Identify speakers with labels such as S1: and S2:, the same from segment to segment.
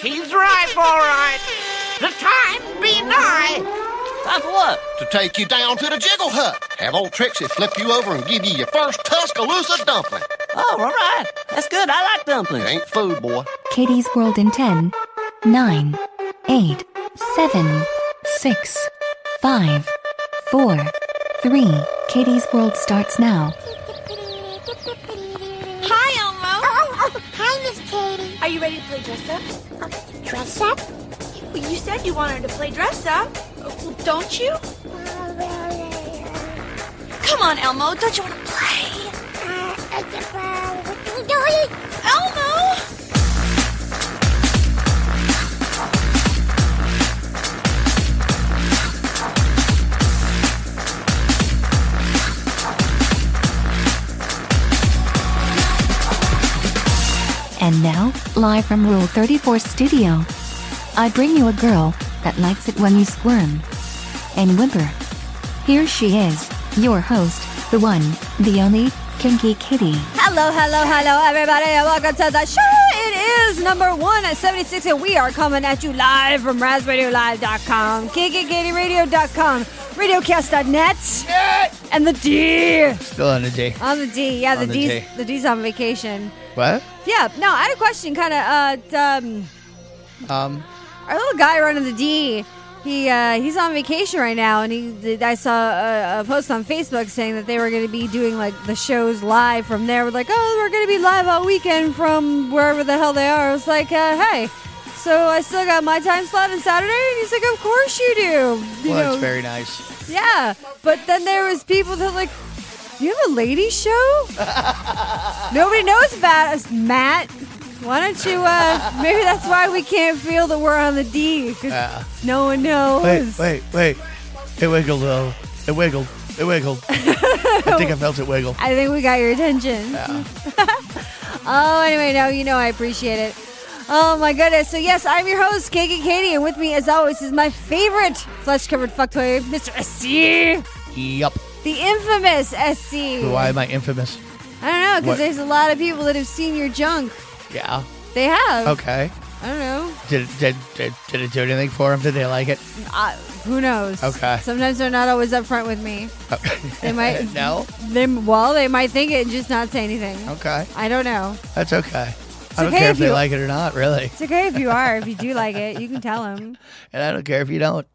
S1: He's right, all right. The time be nigh.
S2: Time for what?
S3: to take you down to the jiggle hut. Have old Trixie flip you over and give you your first Tuscaloosa dumpling.
S2: Oh, all right. That's good. I like
S3: It
S2: dumplings.
S3: ain't food, boy.
S4: Katie's World in 10, 9, 8, 7, 6, 5, 4, 3. Katie's World starts now.
S5: Hi, Elmo. Oh, oh, hi, Miss Katie. Are you ready to play dress up? Okay, dress up? Well, you said you wanted to play dress up. Uh, Well, don't you? Come on, Elmo. Don't you want to play? Uh, Elmo!
S4: And now, live from Rule 34 Studio, I bring you a girl that likes it when you squirm and whimper. Here she is, your host, the one, the only, Kinky Kitty.
S6: Hello, hello, hello, everybody, and welcome to the show. It is number one at 76, and we are coming at you live from raspberrylive.com, E kkkittyradio.com, radiocast.net, and the D.
S7: Still on the J.
S6: On the D, yeah, the,
S7: On the
S6: D's,
S7: D.
S6: the D's on vacation.
S7: What?
S6: Yeah, no, I had a question, kind of. Uh, t- um,
S7: Um,
S6: our little guy running the D, he uh, he's on vacation right now, and he I saw a, a post on Facebook saying that they were going to be doing like the shows live from there. We're like, oh, we're going to be live all weekend from wherever the hell they are. I was like, uh, hey, so I still got my time slot on Saturday, and he's like, of course you do. You
S7: well, that's
S6: know,
S7: very nice.
S6: yeah, but then there was people that like, you have a lady show? Nobody knows about us, Matt. Why don't you? uh Maybe that's why we can't feel that we're on the D because
S7: Yeah.
S6: no one knows.
S7: Wait, wait, wait. It wiggled though. It wiggled. It wiggled. I think I felt it wiggle.
S6: I think we got your attention. oh, anyway, no, you know I appreciate it. Oh my goodness. So yes, I'm your host, KK Katie, and with me, as always, is my favorite flesh-covered fuck toy, Mr. SC,
S7: Yup.
S6: the infamous SC.
S7: Why am I infamous?
S6: I don't know because
S7: What?
S6: there's a lot of people that have seen your junk.
S7: Yeah.
S6: They have.
S7: Okay.
S6: I don't know.
S7: Did it, did, did, did it do anything for him? Did they like it?
S6: I, who knows?
S7: Okay.
S6: Sometimes they're not always upfront with me. They might.
S7: no.
S6: They well, they might think it and just not say anything.
S7: Okay.
S6: I don't know.
S7: That's okay. I don't
S6: okay
S7: care
S6: if
S7: if they
S6: you-
S7: like it or not, really.
S6: It's okay if you are. if you do like it, you can tell them.
S7: And I don't care if you don't.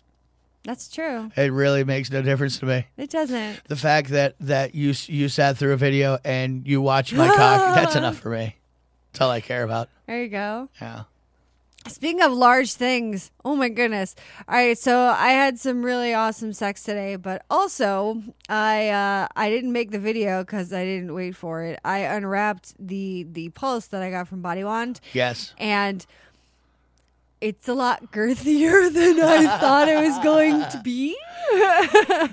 S6: That's true.
S7: It really makes no difference to me.
S6: It doesn't.
S7: The fact that that you s- you sat through a video and you watched my cock—that's enough for me. That's all I care about.
S6: There you go.
S7: Yeah.
S6: Speaking of large things, oh my goodness. All right, so I had some really awesome sex today, but also I uh, I didn't make the video because I didn't wait for it. I unwrapped the the pulse that I got from Body Wand.
S7: Yes.
S6: and it's a lot girthier than I thought it was going to be.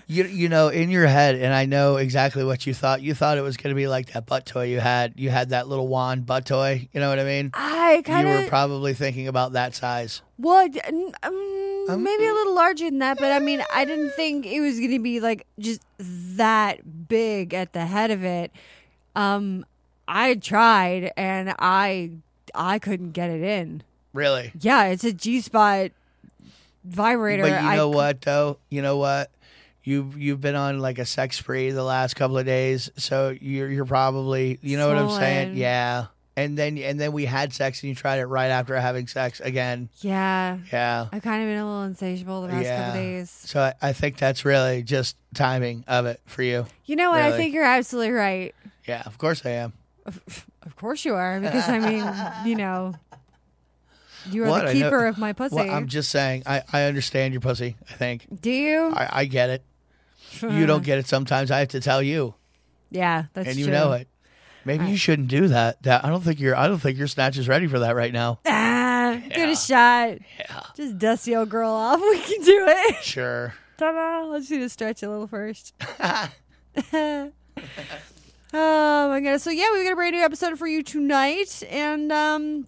S7: You you know in your head, and I know exactly what you thought. You thought it was going to be like that butt toy you had. You had that little wand butt toy. You know what I mean?
S6: I kind
S7: you were
S6: of
S7: probably thinking about that size.
S6: well, d- n- um, maybe a little larger than that, but I mean, I didn't think it was going to be like just that big at the head of it. Um, I tried and I I couldn't get it in.
S7: Really.
S6: Yeah, it's a G spot vibrator.
S7: But you
S6: I
S7: know
S6: c-
S7: what though? You know what? You've you've been on like a sex spree the last couple of days, so you're you're probably you know what I'm saying?
S6: Swollen.
S7: Yeah. And then and then we had sex and you tried it right after having sex again.
S6: Yeah,
S7: Yeah.
S6: I've kind of been a little insatiable the past
S7: yeah.
S6: couple days.
S7: So I, I think that's really just timing of it for you.
S6: You know what? I
S7: Really.
S6: think you're absolutely right.
S7: Yeah, of course I am.
S6: Of course you are, because I mean, you know, you are
S7: What?
S6: the
S7: I know-
S6: keeper of my pussy.
S7: Well, I'm just saying I, I understand your pussy, I think.
S6: Do you?
S7: I, I get it. You don't get it sometimes. I have to tell you.
S6: yeah, that's
S7: and you
S6: true.
S7: know it. Maybe you shouldn't do that. That I don't think your I don't think your snatch is ready for that right now.
S6: Ah, good it a shot. Yeah. Just dust the old girl off. We can do it.
S7: Sure.
S6: Ta-da. Let's do the stretch a little first. oh my goodness. So yeah, we've got a brand new episode for you tonight, and um,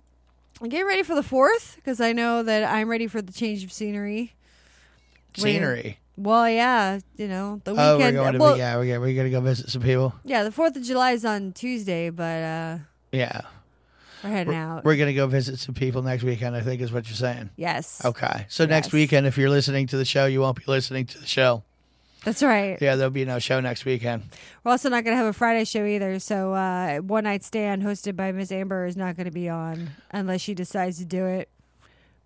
S6: get ready for the fourth because I know that I'm ready for the change of scenery. Wait.
S7: Scenery.
S6: Well, yeah, you know the
S7: Oh, we're
S6: weekend.
S7: going to
S6: well,
S7: be, yeah, we're, we're gonna go visit some people.
S6: yeah, the Fourth of July is on Tuesday, but uh,
S7: Yeah,
S6: we're heading out.
S7: we're gonna go visit some people next weekend. I think is what you're saying.
S6: yes.
S7: Okay, so next
S6: Yes.
S7: weekend, if you're listening to the show, you won't be listening to the show.
S6: That's right.
S7: Yeah, there'll be no show next weekend.
S6: We're also not going to have a Friday show either. So, uh, One Night Stand, hosted by Miss Amber, is not going to be on unless she decides to do it.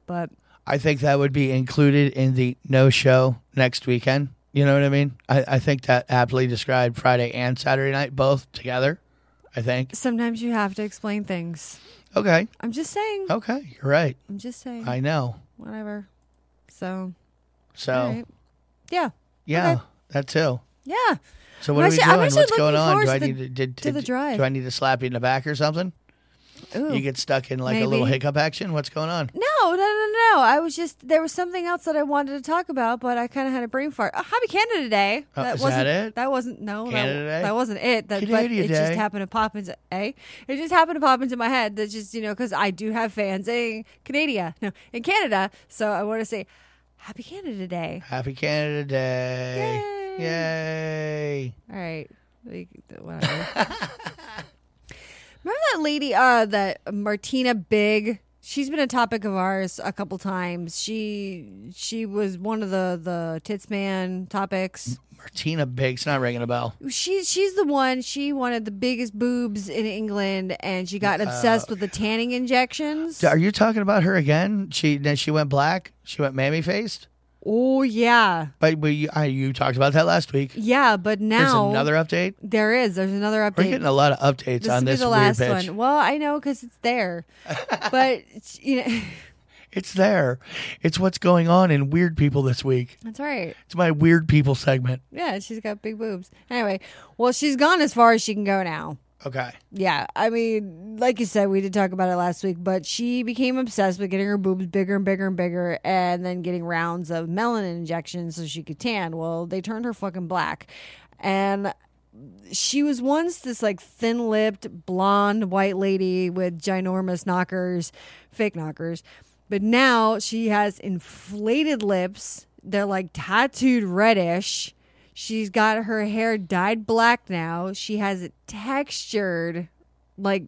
S6: But
S7: I think that would be included in the no show next weekend. You know what I mean? I, I think that aptly described Friday and Saturday night both together. I think.
S6: sometimes you have to explain things.
S7: Okay.
S6: I'm just saying.
S7: Okay. You're right.
S6: I'm just saying.
S7: Oh. I know.
S6: Whatever. So,
S7: So
S6: all right. yeah.
S7: yeah,
S6: Okay.
S7: that too.
S6: Yeah.
S7: So what
S6: I'm
S7: are we
S6: actually- I'm
S7: doing?
S6: actually
S7: What's going
S6: looking
S7: on?
S6: forward
S7: Do I
S6: to
S7: need
S6: the-
S7: to, did,
S6: to the
S7: did-
S6: drive.
S7: Do I need to slap you in the back or something?
S6: Ooh.
S7: You get stuck in like a little
S6: Maybe.
S7: hiccup action. What's going on?
S6: no, no, no, no. I was just, there was something else that I wanted to talk about, but I kind of had a brain fart. Oh, happy Canada Day.
S7: Oh, is
S6: wasn't,
S7: that it?
S6: That wasn't, no. that,
S7: Canada Day?
S6: that wasn't it. That, but
S7: Canada
S6: it just
S7: Day.
S6: happened to pop into, eh? It just happened to pop into my head that just, you know, because I do have fans in Canada, no, in Canada. So I want to say, happy Canada Day.
S7: Happy Canada Day!
S6: Yay.
S7: Yay!
S6: All right. Like, Whatever. Remember that lady, uh, that Martina Big? She's been a topic of ours a couple times. She she was one of the the tits man topics.
S7: Martina Big's not ringing a bell.
S6: She she's the one. She wanted the biggest boobs in England, and she
S7: Uh,
S6: got obsessed with the tanning injections.
S7: Are you talking about her again? She then she went black. She went mammy faced.
S6: oh yeah,
S7: But we, I, you talked about that last week.
S6: yeah. But
S7: There's
S6: now
S7: another update.
S6: there is there's another
S7: We're
S6: update.
S7: getting a lot of updates
S6: this
S7: on
S6: will be
S7: this
S6: the
S7: weird
S6: last
S7: bitch.
S6: one. Well, I know because it's there, but you know.
S7: It's there. It's what's going on in Weird People this week.
S6: That's right.
S7: It's my Weird People segment.
S6: Yeah, she's got big boobs. Anyway, well, she's gone as far as she can go now.
S7: Okay.
S6: Yeah, I mean, like you said, we did talk about it last week, but she became obsessed with getting her boobs bigger and bigger and bigger and then getting rounds of melanin injections so she could tan. Well, they turned her fucking black. And she was once this like thin lipped, blonde, white lady with ginormous knockers, fake knockers. But now she has inflated lips. They're like tattooed reddish. She's got her hair dyed black now. She has it textured, like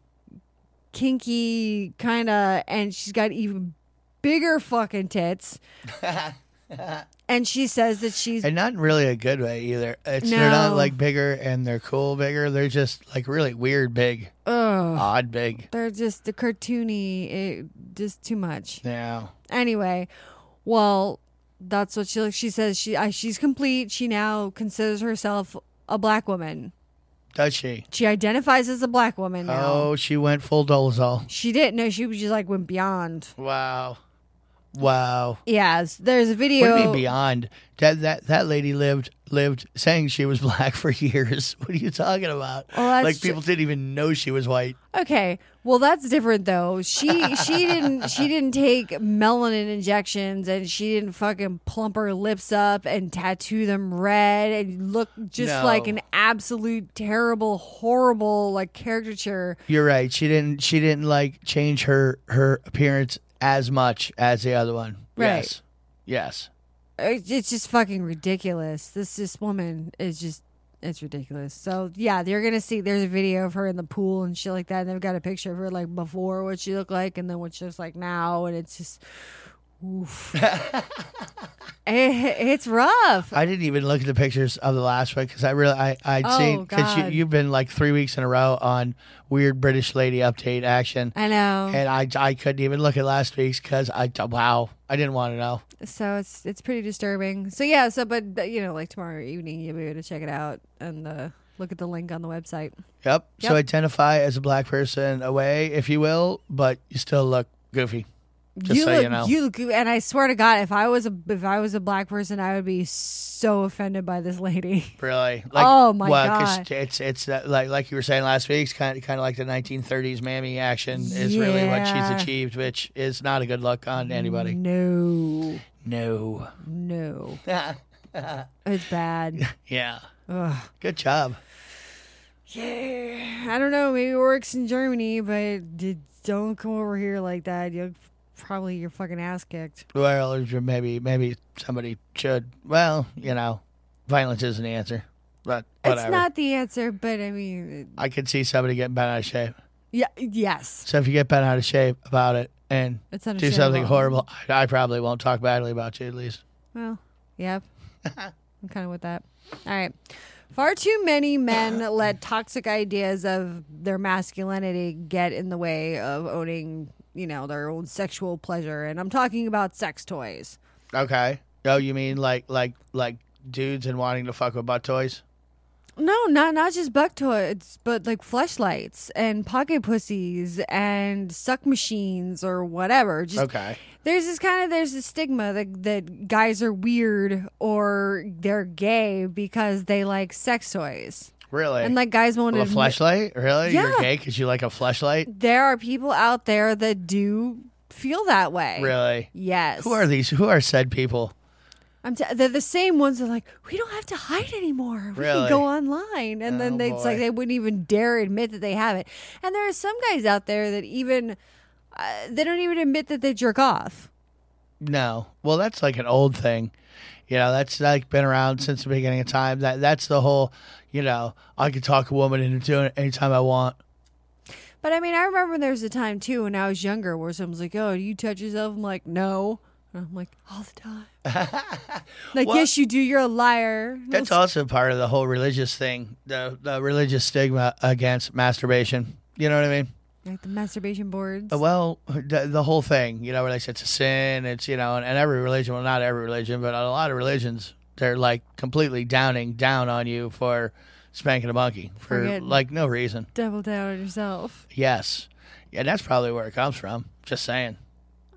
S6: kinky kind of, and she's got even bigger fucking tits. and she says that she's
S7: And not really a good way either. It's they're not
S6: No.
S7: like bigger and they're cool bigger. They're just like really weird big,
S6: ugh,
S7: odd big.
S6: they're just the cartoony, it, just too much.
S7: Yeah.
S6: anyway, well, that's what she she says. She uh, she's complete. She now considers herself a black woman.
S7: Does she?
S6: She identifies as a black woman now.
S7: Oh, she went full Dolezal.
S6: She didn't. No, she was just like went beyond.
S7: Wow. Wow.
S6: Yes, there's a
S7: What do
S6: video.
S7: you mean beyond? That that that lady lived lived saying she was black for years. What are you talking about?
S6: Well, that's
S7: like
S6: ju-
S7: people didn't even know she was white.
S6: Okay, well that's different though. She she didn't she didn't take melanin injections and she didn't fucking plump her lips up and tattoo them red and look just
S7: No.
S6: like an absolute terrible horrible like caricature.
S7: You're right. She didn't she didn't like change her her appearance as much as the other one.
S6: Right.
S7: Yes. Yes.
S6: it- it's just fucking ridiculous. This this woman is just it's ridiculous. So yeah, you're gonna see there's a video of her in the pool and shit like that, and they've got a picture of her like before what she looked like and then what she looks like now, and it's just oof. It- it's rough.
S7: I didn't even look at the pictures of the last one because I really I I'd
S6: Oh,
S7: seen because you,
S6: God.
S7: you've been like three weeks in a row on weird British lady update action,
S6: I know.
S7: and I I couldn't even look at last week's because I wow I didn't want to know.
S6: so it's it's pretty disturbing. So yeah, so but but, you know, like tomorrow evening you'll be able to check it out and uh, look at the link on the website.
S7: Yep.
S6: Yep.
S7: So identify as a black person away, if you will, but you still look goofy. Just so
S6: look,
S7: you know.
S6: look, and I swear to God, if I was a if I was a black person, I would be so offended by this lady.
S7: Really?
S6: Oh, my
S7: 'cause
S6: God.
S7: It's it's that, like like you were saying last week. It's kind of kind of like the 1930s mammy action is really what
S6: Yeah.
S7: she's achieved, which is not a good look on anybody.
S6: No,
S7: No.
S6: no, it's bad.
S7: yeah. Good job.
S6: Yeah, I don't know. Maybe it works in Germany, but d- don't come over here like that. You'll f- probably your fucking ass kicked.
S7: Well, or maybe maybe somebody should. Well, you know, violence isn't the answer, but whatever.
S6: It's not the answer, but I mean,
S7: I could see somebody getting bent out of shape.
S6: yeah, yes.
S7: So if you get bent out of shape about it and
S6: It's
S7: do something
S6: understandable.
S7: horrible, I, I probably won't talk badly about you at least.
S6: Well, yep. I'm kind of with that. All right. Far too many men let toxic ideas of their masculinity get in the way of owning, you know, their own sexual pleasure. And I'm talking about sex toys.
S7: Okay. Oh, you mean like like like dudes and wanting to fuck with butt toys?
S6: No, not not just buck toys, but like fleshlights and pocket pussies and suck machines or whatever. Just
S7: Okay.
S6: there's this kind of there's this stigma that that guys are weird or they're gay because they like sex toys.
S7: Really?
S6: And like guys won't
S7: Well, a
S6: admit-
S7: flashlight? Really? You're
S6: Yeah.
S7: gay because you like a flashlight?
S6: There are people out there that do feel that way.
S7: Really?
S6: Yes.
S7: Who are these? Who are said people?
S6: I'm t- they're the same ones that are like, we don't have to hide anymore. We
S7: Really?
S6: can go online. And
S7: Oh,
S6: then they, it's
S7: boy.
S6: like they wouldn't even dare admit that they have it. And there are some guys out there that even, uh, they don't even admit that they jerk off.
S7: No. Well, that's like an old thing. You know, that's like been around since the beginning of time. That that's the whole. You know, I can talk a woman into doing it anytime I want.
S6: But I mean, I remember there was a time too when I was younger where someone's like, oh, do you touch yourself? I'm like, no. And I'm like, all the time. like,
S7: Well-
S6: yes, you do. You're a liar.
S7: That's also part of the whole religious thing. The the religious stigma against masturbation. You know what I mean?
S6: Like the masturbation boards.
S7: Uh, Well, the, the whole thing, you know, where they say it's a sin, it's, you know, and, and every religion, well, not every religion, but a lot of religions, they're like completely downing down on you for spanking a monkey for
S6: Forget-
S7: like no reason.
S6: Double down on yourself.
S7: Yes. And that's probably where it comes from. Just saying.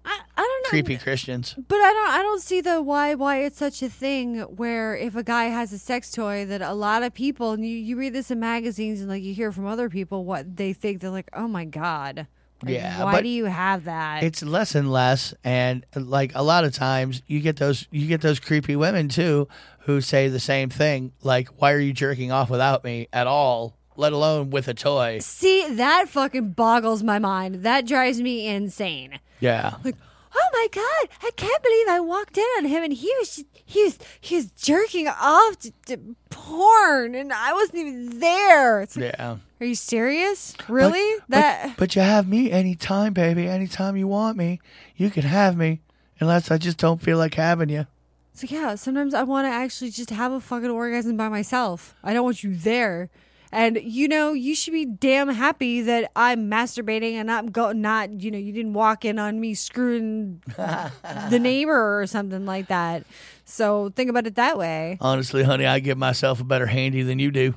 S6: I, I don't know.
S7: Creepy Christians.
S6: But I don't I don't see the why why it's such a thing where if a guy has a sex toy that a lot of people and you, you read this in magazines and like you hear from other people what they think they're like, Oh my god. Like,
S7: Yeah,
S6: Why
S7: but
S6: do you have that?
S7: It's less and less, and like a lot of times, you get those you get those creepy women too, who say the same thing. Like, why are you jerking off without me at all? Let alone with a toy.
S6: see, that fucking boggles my mind. That drives me insane.
S7: Yeah.
S6: Oh my god! I can't believe I walked in on him, and he was just, he was he was jerking off to, to porn, and I wasn't even there. It's like,
S7: Yeah.
S6: Are you serious? Really?
S7: But-
S6: that
S7: But, you have me anytime, baby. Anytime you want me, you can have me. Unless I just don't feel like having you.
S6: it's like yeah. Sometimes I want to actually just have a fucking orgasm by myself. I don't want you there. And you know you should be damn happy that I'm masturbating and I'm go not you know you didn't walk in on me screwing the neighbor or something like that. So think about it that way.
S7: Honestly, honey, I give myself a better handy than you do.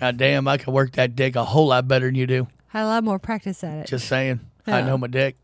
S7: God damn, I can work that dick a whole lot better than you do.
S6: Had a lot more practice at it.
S7: Just saying. I know my dick.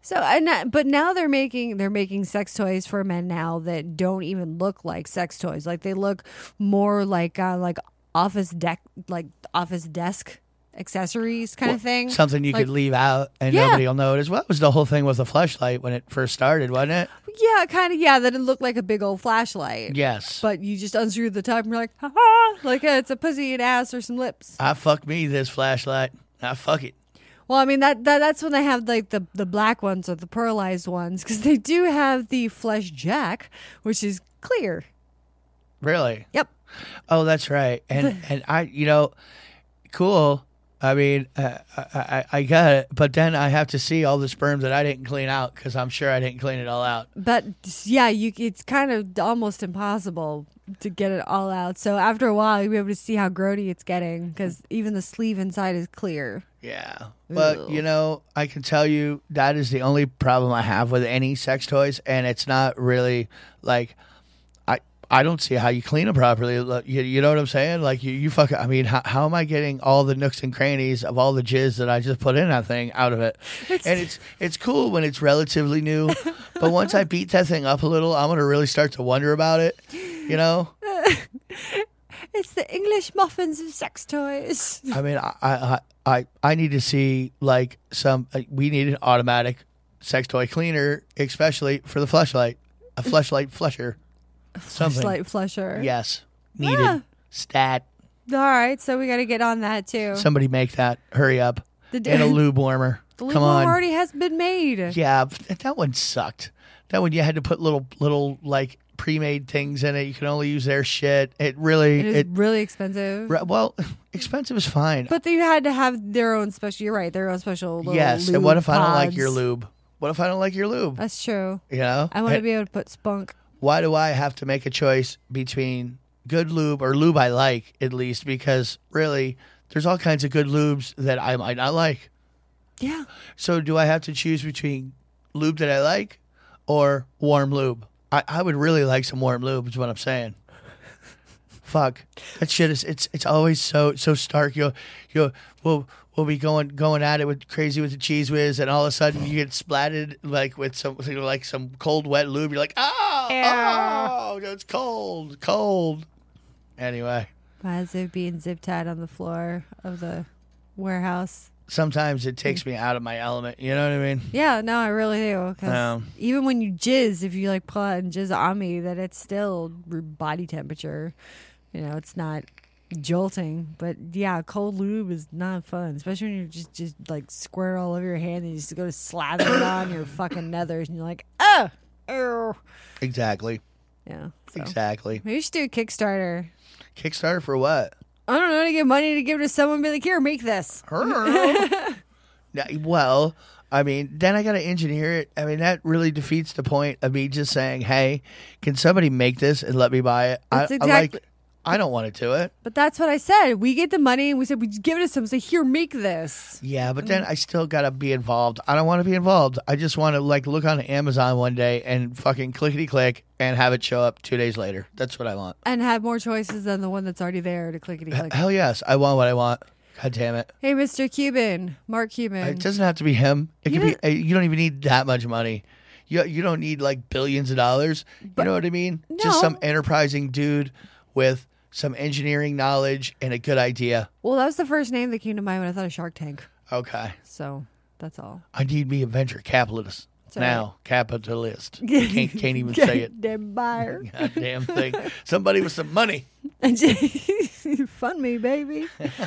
S6: So and that- but now they're making they're making sex toys for men now that don't even look like sex toys. Like they look more like uh, like office deck like office desk accessories kind of thing.
S7: Something you
S6: Like-
S7: could leave out and
S6: Yeah.
S7: nobody will notice. Well, that was the whole thing with the flashlight when it first started, wasn't it?
S6: Yeah, kind of yeah, that it looked like a big old flashlight.
S7: Yes.
S6: But you just unscrew the top and you're like, ha ha, like uh, it's a pussy and ass or some lips.
S7: I fuck me this flashlight. I fuck it.
S6: Well, I mean that, that that's when they have like the the black ones or the pearlized ones because they do have the flesh jack, which is clear.
S7: Really?
S6: Yep.
S7: Oh, that's right. And and I, you know, cool. I mean, uh, I, I I got it, but then I have to see all the sperm that I didn't clean out because I'm sure I didn't clean it all out.
S6: But yeah, you it's kind of almost impossible to get it all out. So after a while, you'll be able to see how grody it's getting because even the sleeve inside is clear.
S7: Yeah. But
S6: Ew.
S7: you know, I can tell you that is the only problem I have with any sex toys, and it's not really like I I don't see how you clean them properly. Look, You, you know what I'm saying? Like you, you fuck. I mean, how, how am I getting all the nooks and crannies of all the jizz that I just put in that thing out of it? and it's it's cool when it's relatively new, but once I beat that thing up a little, I'm gonna really start to wonder about it. You know?
S6: It's the English muffins of sex toys.
S7: I mean, I I I, I need to see like some. uh, we need an automatic sex toy cleaner, especially for the flashlight, a flashlight flusher, something.
S6: Slight flusher.
S7: Yes, needed
S6: Yeah.
S7: stat.
S6: All right, so we got to get on that too.
S7: Somebody make that. Hurry up.
S6: Oh. The d-
S7: and a lube warmer.
S6: the legal
S7: Come on.
S6: already has been made.
S7: yeah, but that one sucked. That one you had to put little little like pre-made things in it. You can only use their shit. It really
S6: It is
S7: it,
S6: really expensive.
S7: re- well, expensive is fine.
S6: But they had to have their own special. You're right, their own special. Little
S7: yes, and what
S6: lube
S7: if I don't like your
S6: pods.
S7: lube? What if I don't like your lube?
S6: That's true.
S7: you know?
S6: I want to
S7: And
S6: be able to put spunk.
S7: why do I have to make a choice between good lube or lube I like at least because really there's all kinds of good lubes that I might not like.
S6: Yeah,
S7: So do I have to choose between lube that I like or warm lube? I, I would really like some warm lube is what I'm saying. Fuck. That shit is it's it's always so so stark. You'll you'll we'll we'll be going going at it with crazy with the cheese whiz and all of a sudden you get splatted like with some you know, like some cold wet lube. You're like, oh, oh it's cold, cold. Anyway.
S6: as they're being zip tied on the floor of the warehouse.
S7: Sometimes it takes me out of my element. You know what I mean?
S6: Yeah, no, I really do. 'cause
S7: Um,
S6: even when you jizz, if you like pull out and jizz on me, that it's still r- body temperature. You know, it's not jolting. But yeah, cold lube is not fun, especially when you're just just like squirt all over your hand and you just go to slather it on your fucking nethers, and you're like, oh, ew.
S7: Exactly.
S6: yeah. So.
S7: Exactly.
S6: Maybe we should do a Kickstarter.
S7: Kickstarter for what?
S6: I don't know to get money to give to someone. Be like, here, make this.
S7: Now, well, I mean, then I got to engineer it. I mean, that really defeats the point of me just saying, "Hey, can somebody make this and let me buy it?" I,
S6: That's
S7: I like.
S6: exactly-
S7: I don't want to do it.
S6: But that's what I said. We get the money and we said we just give it to someone. Say, here, make this.
S7: Yeah, but then I still gotta be involved. I don't want to be involved. I just want to like look on Amazon one day and fucking clickety click and have it show up two days later. That's what I want.
S6: And have more choices than the one that's already there to clickety click.
S7: Hell yes, I want what I want. God damn it!
S6: Hey, Mr. Cuban, Mark Cuban.
S7: It doesn't have to be him. It
S6: You
S7: could be. uh, You don't even need that much money. You you don't need like billions of dollars. you know what I mean? Just some
S6: No.
S7: enterprising dude with some engineering knowledge and a good idea.
S6: well, that was the first name that came to mind when I thought of Shark Tank.
S7: Okay,
S6: So that's all.
S7: I need me a venture capitalist
S6: all
S7: now. Capitalist. can't can't even say it.
S6: Dead buyer.
S7: God damn thing. Somebody with some money.
S6: Fund me, baby.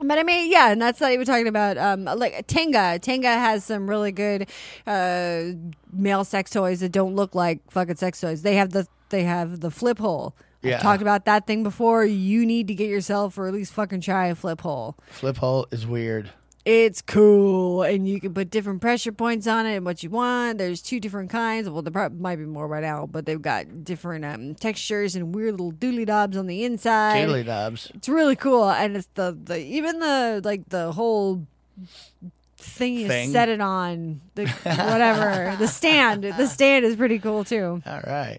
S6: But I mean, yeah, and that's not even talking about um, like Tenga. Tenga has some really good uh, male sex toys that don't look like fucking sex toys. They have the they have the flip hole. I've
S7: Yeah.
S6: talked about that thing before. You need to get yourself or at least fucking try a flip hole.
S7: Flip hole is weird.
S6: It's cool, and you can put different pressure points on it and what you want. There's two different kinds. Well, there prob- might be more right now, but they've got different um, textures and weird little doodly dobs on the inside.
S7: Daily Dobbs.
S6: It's really cool, and it's the, the even the like the whole thing you
S7: Thing?
S6: set it on the whatever the stand. The stand is pretty cool too.
S7: All right.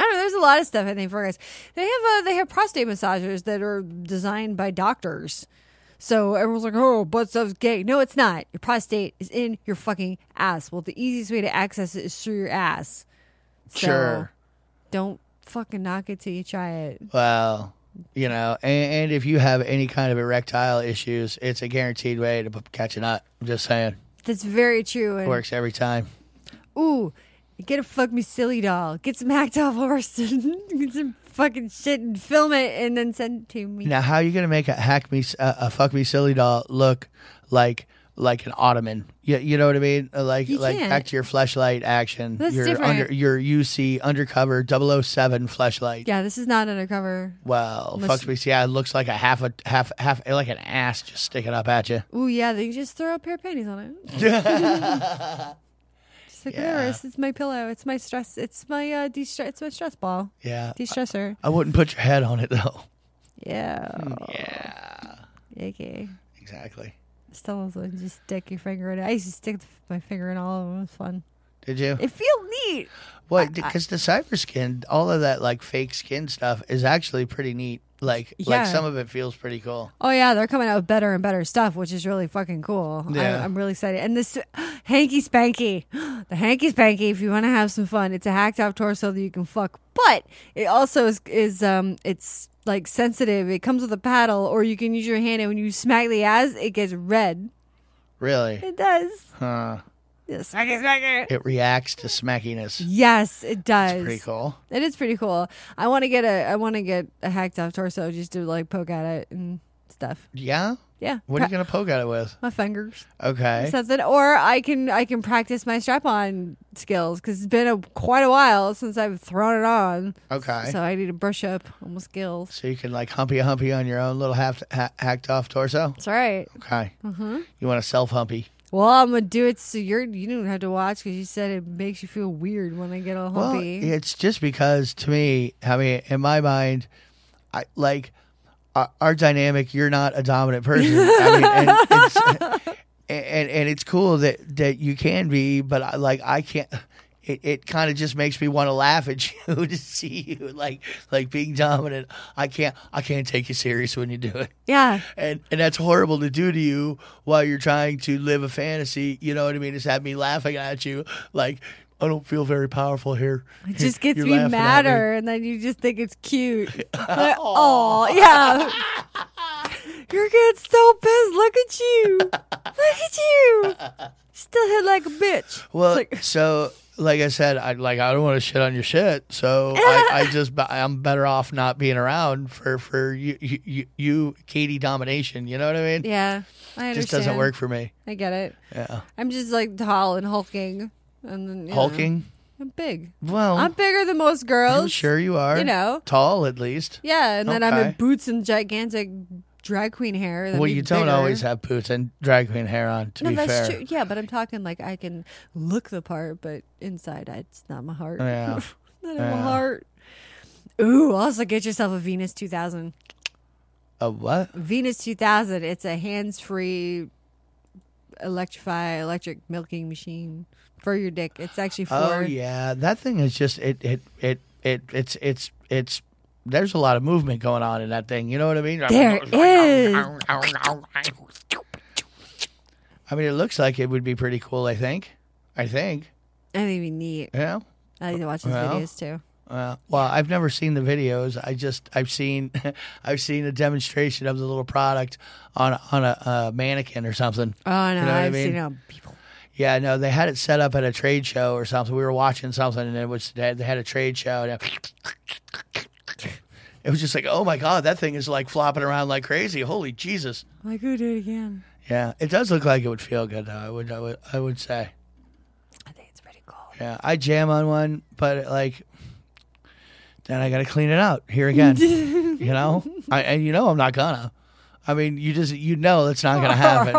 S6: I don't know. There's a lot of stuff I think for guys. They have uh, they have prostate massagers that are designed by doctors. So everyone's like, oh, butt stuff's gay. No, it's not. Your prostate is in your fucking ass. Well, the easiest way to access it is through your ass. So
S7: Sure.
S6: Don't fucking knock it till you try it.
S7: Well, you know, and, and if you have any kind of erectile issues, it's a guaranteed way to p- catch a nut. I'm just saying.
S6: That's very true. And
S7: Works every time.
S6: ooh, get a fuck me silly doll. Get some Actile horse and get some fucking shit and film it and then send it to me.
S7: Now, how are you going to make a hack me, s- a, a fuck me silly doll look like like an ottoman? You, you know what I mean? Uh, Like
S6: You
S7: like
S6: can't.
S7: back to your flashlight action.
S6: That's
S7: your
S6: different.
S7: under your UC undercover 007 flashlight.
S6: Yeah, this is not undercover.
S7: Well,
S6: Unless-
S7: fuck me. Yeah, it looks like a half a half half like an ass just sticking up at you.
S6: Ooh, yeah, they just throw a pair of panties on it. just like whatever,
S7: Yeah.
S6: it's, it's my pillow, it's my stress, it's my uh, de-stress, it's my stress ball,
S7: Yeah.
S6: de-stressor.
S7: I wouldn't put your head on it though.
S6: Yeah.
S7: Yeah.
S6: Okay.
S7: Exactly.
S6: Still, also just stick your finger in it. I used to stick my finger in all of them. It was fun.
S7: Did you?
S6: It feel neat.
S7: Well, because the cyber skin, all of that like fake skin stuff is actually pretty neat. Like,
S6: Yeah.
S7: like some of it feels pretty cool.
S6: Oh yeah, they're coming out with better and better stuff, which is really fucking cool.
S7: Yeah.
S6: I, I'm really excited. And this hanky spanky, the hanky spanky. If you want to have some fun, it's a hacked off torso that you can fuck, but it also is, is um it's like sensitive. It comes with a paddle, or you can use your hand, and when you smack the ass, it gets red.
S7: Really,
S6: It does.
S7: huh?
S6: Yes, smacky smacky.
S7: It reacts to smackiness.
S6: Yes, it does.
S7: It's pretty cool.
S6: It is pretty cool. I want to get a I want to get a hacked off torso just to like poke at it and stuff.
S7: Yeah.
S6: Yeah.
S7: What are you gonna poke at it with?
S6: my fingers.
S7: Okay.
S6: something or i can i can practice my strap on skills because it's been a quite a while since i've thrown it on
S7: Okay.
S6: so i need to brush up on my skills
S7: So you can like humpy humpy on your own little half ha- hacked off torso.
S6: that's all right
S7: Okay.
S6: Mm-hmm.
S7: You want a self humpy?
S6: well i'm gonna do it so you're you don't have to watch because you said it makes you feel weird when i get all
S7: Well,
S6: humpy
S7: it's just because to me, I mean, in my mind, I like our, our dynamic. You're not a dominant person. I mean, and, it's, and and it's cool that that you can be, but I, like I can't. It, it kind of just makes me want to laugh at you to see you like like being dominant. I can't I can't take you serious when you do it
S6: yeah
S7: and and that's horrible to do to you while you're trying to live a fantasy. You know what I mean? It's had me laughing at you like I don't feel very powerful here.
S6: it just gets
S7: You're
S6: me
S7: laughing at me.
S6: madder and then you just think it's cute like, oh yeah you're getting so pissed look at you look at you still hit like a bitch
S7: Well,
S6: It's like-
S7: so like I said, I like I don't want to shit on your shit. So I, I just I'm better off not being around for for you you, you, you Katie domination. You know what I mean?
S6: Yeah, I
S7: It
S6: understand.
S7: just doesn't work for me.
S6: I get it.
S7: Yeah,
S6: I'm just like tall and hulking, and then you know,
S7: hulking.
S6: I'm big.
S7: Well,
S6: I'm bigger than most girls.
S7: I'm sure you are.
S6: you know.
S7: tall at least.
S6: Yeah, and then I'm in
S7: Okay.
S6: boots and gigantic drag queen hair. That'd
S7: Well,
S6: be
S7: you don't
S6: bigger.
S7: always have boots and drag queen hair on. To
S6: No,
S7: be
S6: that's
S7: fair,
S6: true. Yeah, but I'm talking like I can look the part, but inside I- it's not my heart.
S7: Yeah.
S6: not my
S7: Yeah.
S6: heart. Ooh, also get yourself a Venus 2000.
S7: a what?
S6: Venus 2000. It's a hands-free electrify electric milking machine for your dick. It's actually for
S7: Oh yeah, that thing is just it it it it it's it's it's there's a lot of movement going on in that thing. You know what "Oh, I mean?
S6: There is.
S7: I mean, it looks like it would be pretty cool. I think. I think.
S6: I think we need.
S7: Yeah.
S6: I need to watch those
S7: Well.
S6: videos too.
S7: Uh, well, I've never seen the videos. I just I've seen I've seen a demonstration of the little product on on a, uh mannequin or something.
S6: Oh no,
S7: You know what I
S6: I've seen
S7: mean?
S6: it on people.
S7: Yeah, no, they had it set up at a trade show or something. We were watching something, and it was they had, they had a trade show, and it, it was just like, oh my god, that thing is like flopping around like crazy. Holy Jesus!
S6: I'm like, who do it again?
S7: Yeah, it does look like it would feel good. Though. I would, I would, I would say.
S6: I think it's pretty cool.
S7: Yeah, I jam on one, but like, then I got to clean it out here again. you know, I and you know I'm not gonna. I mean, you just you know that's not gonna happen.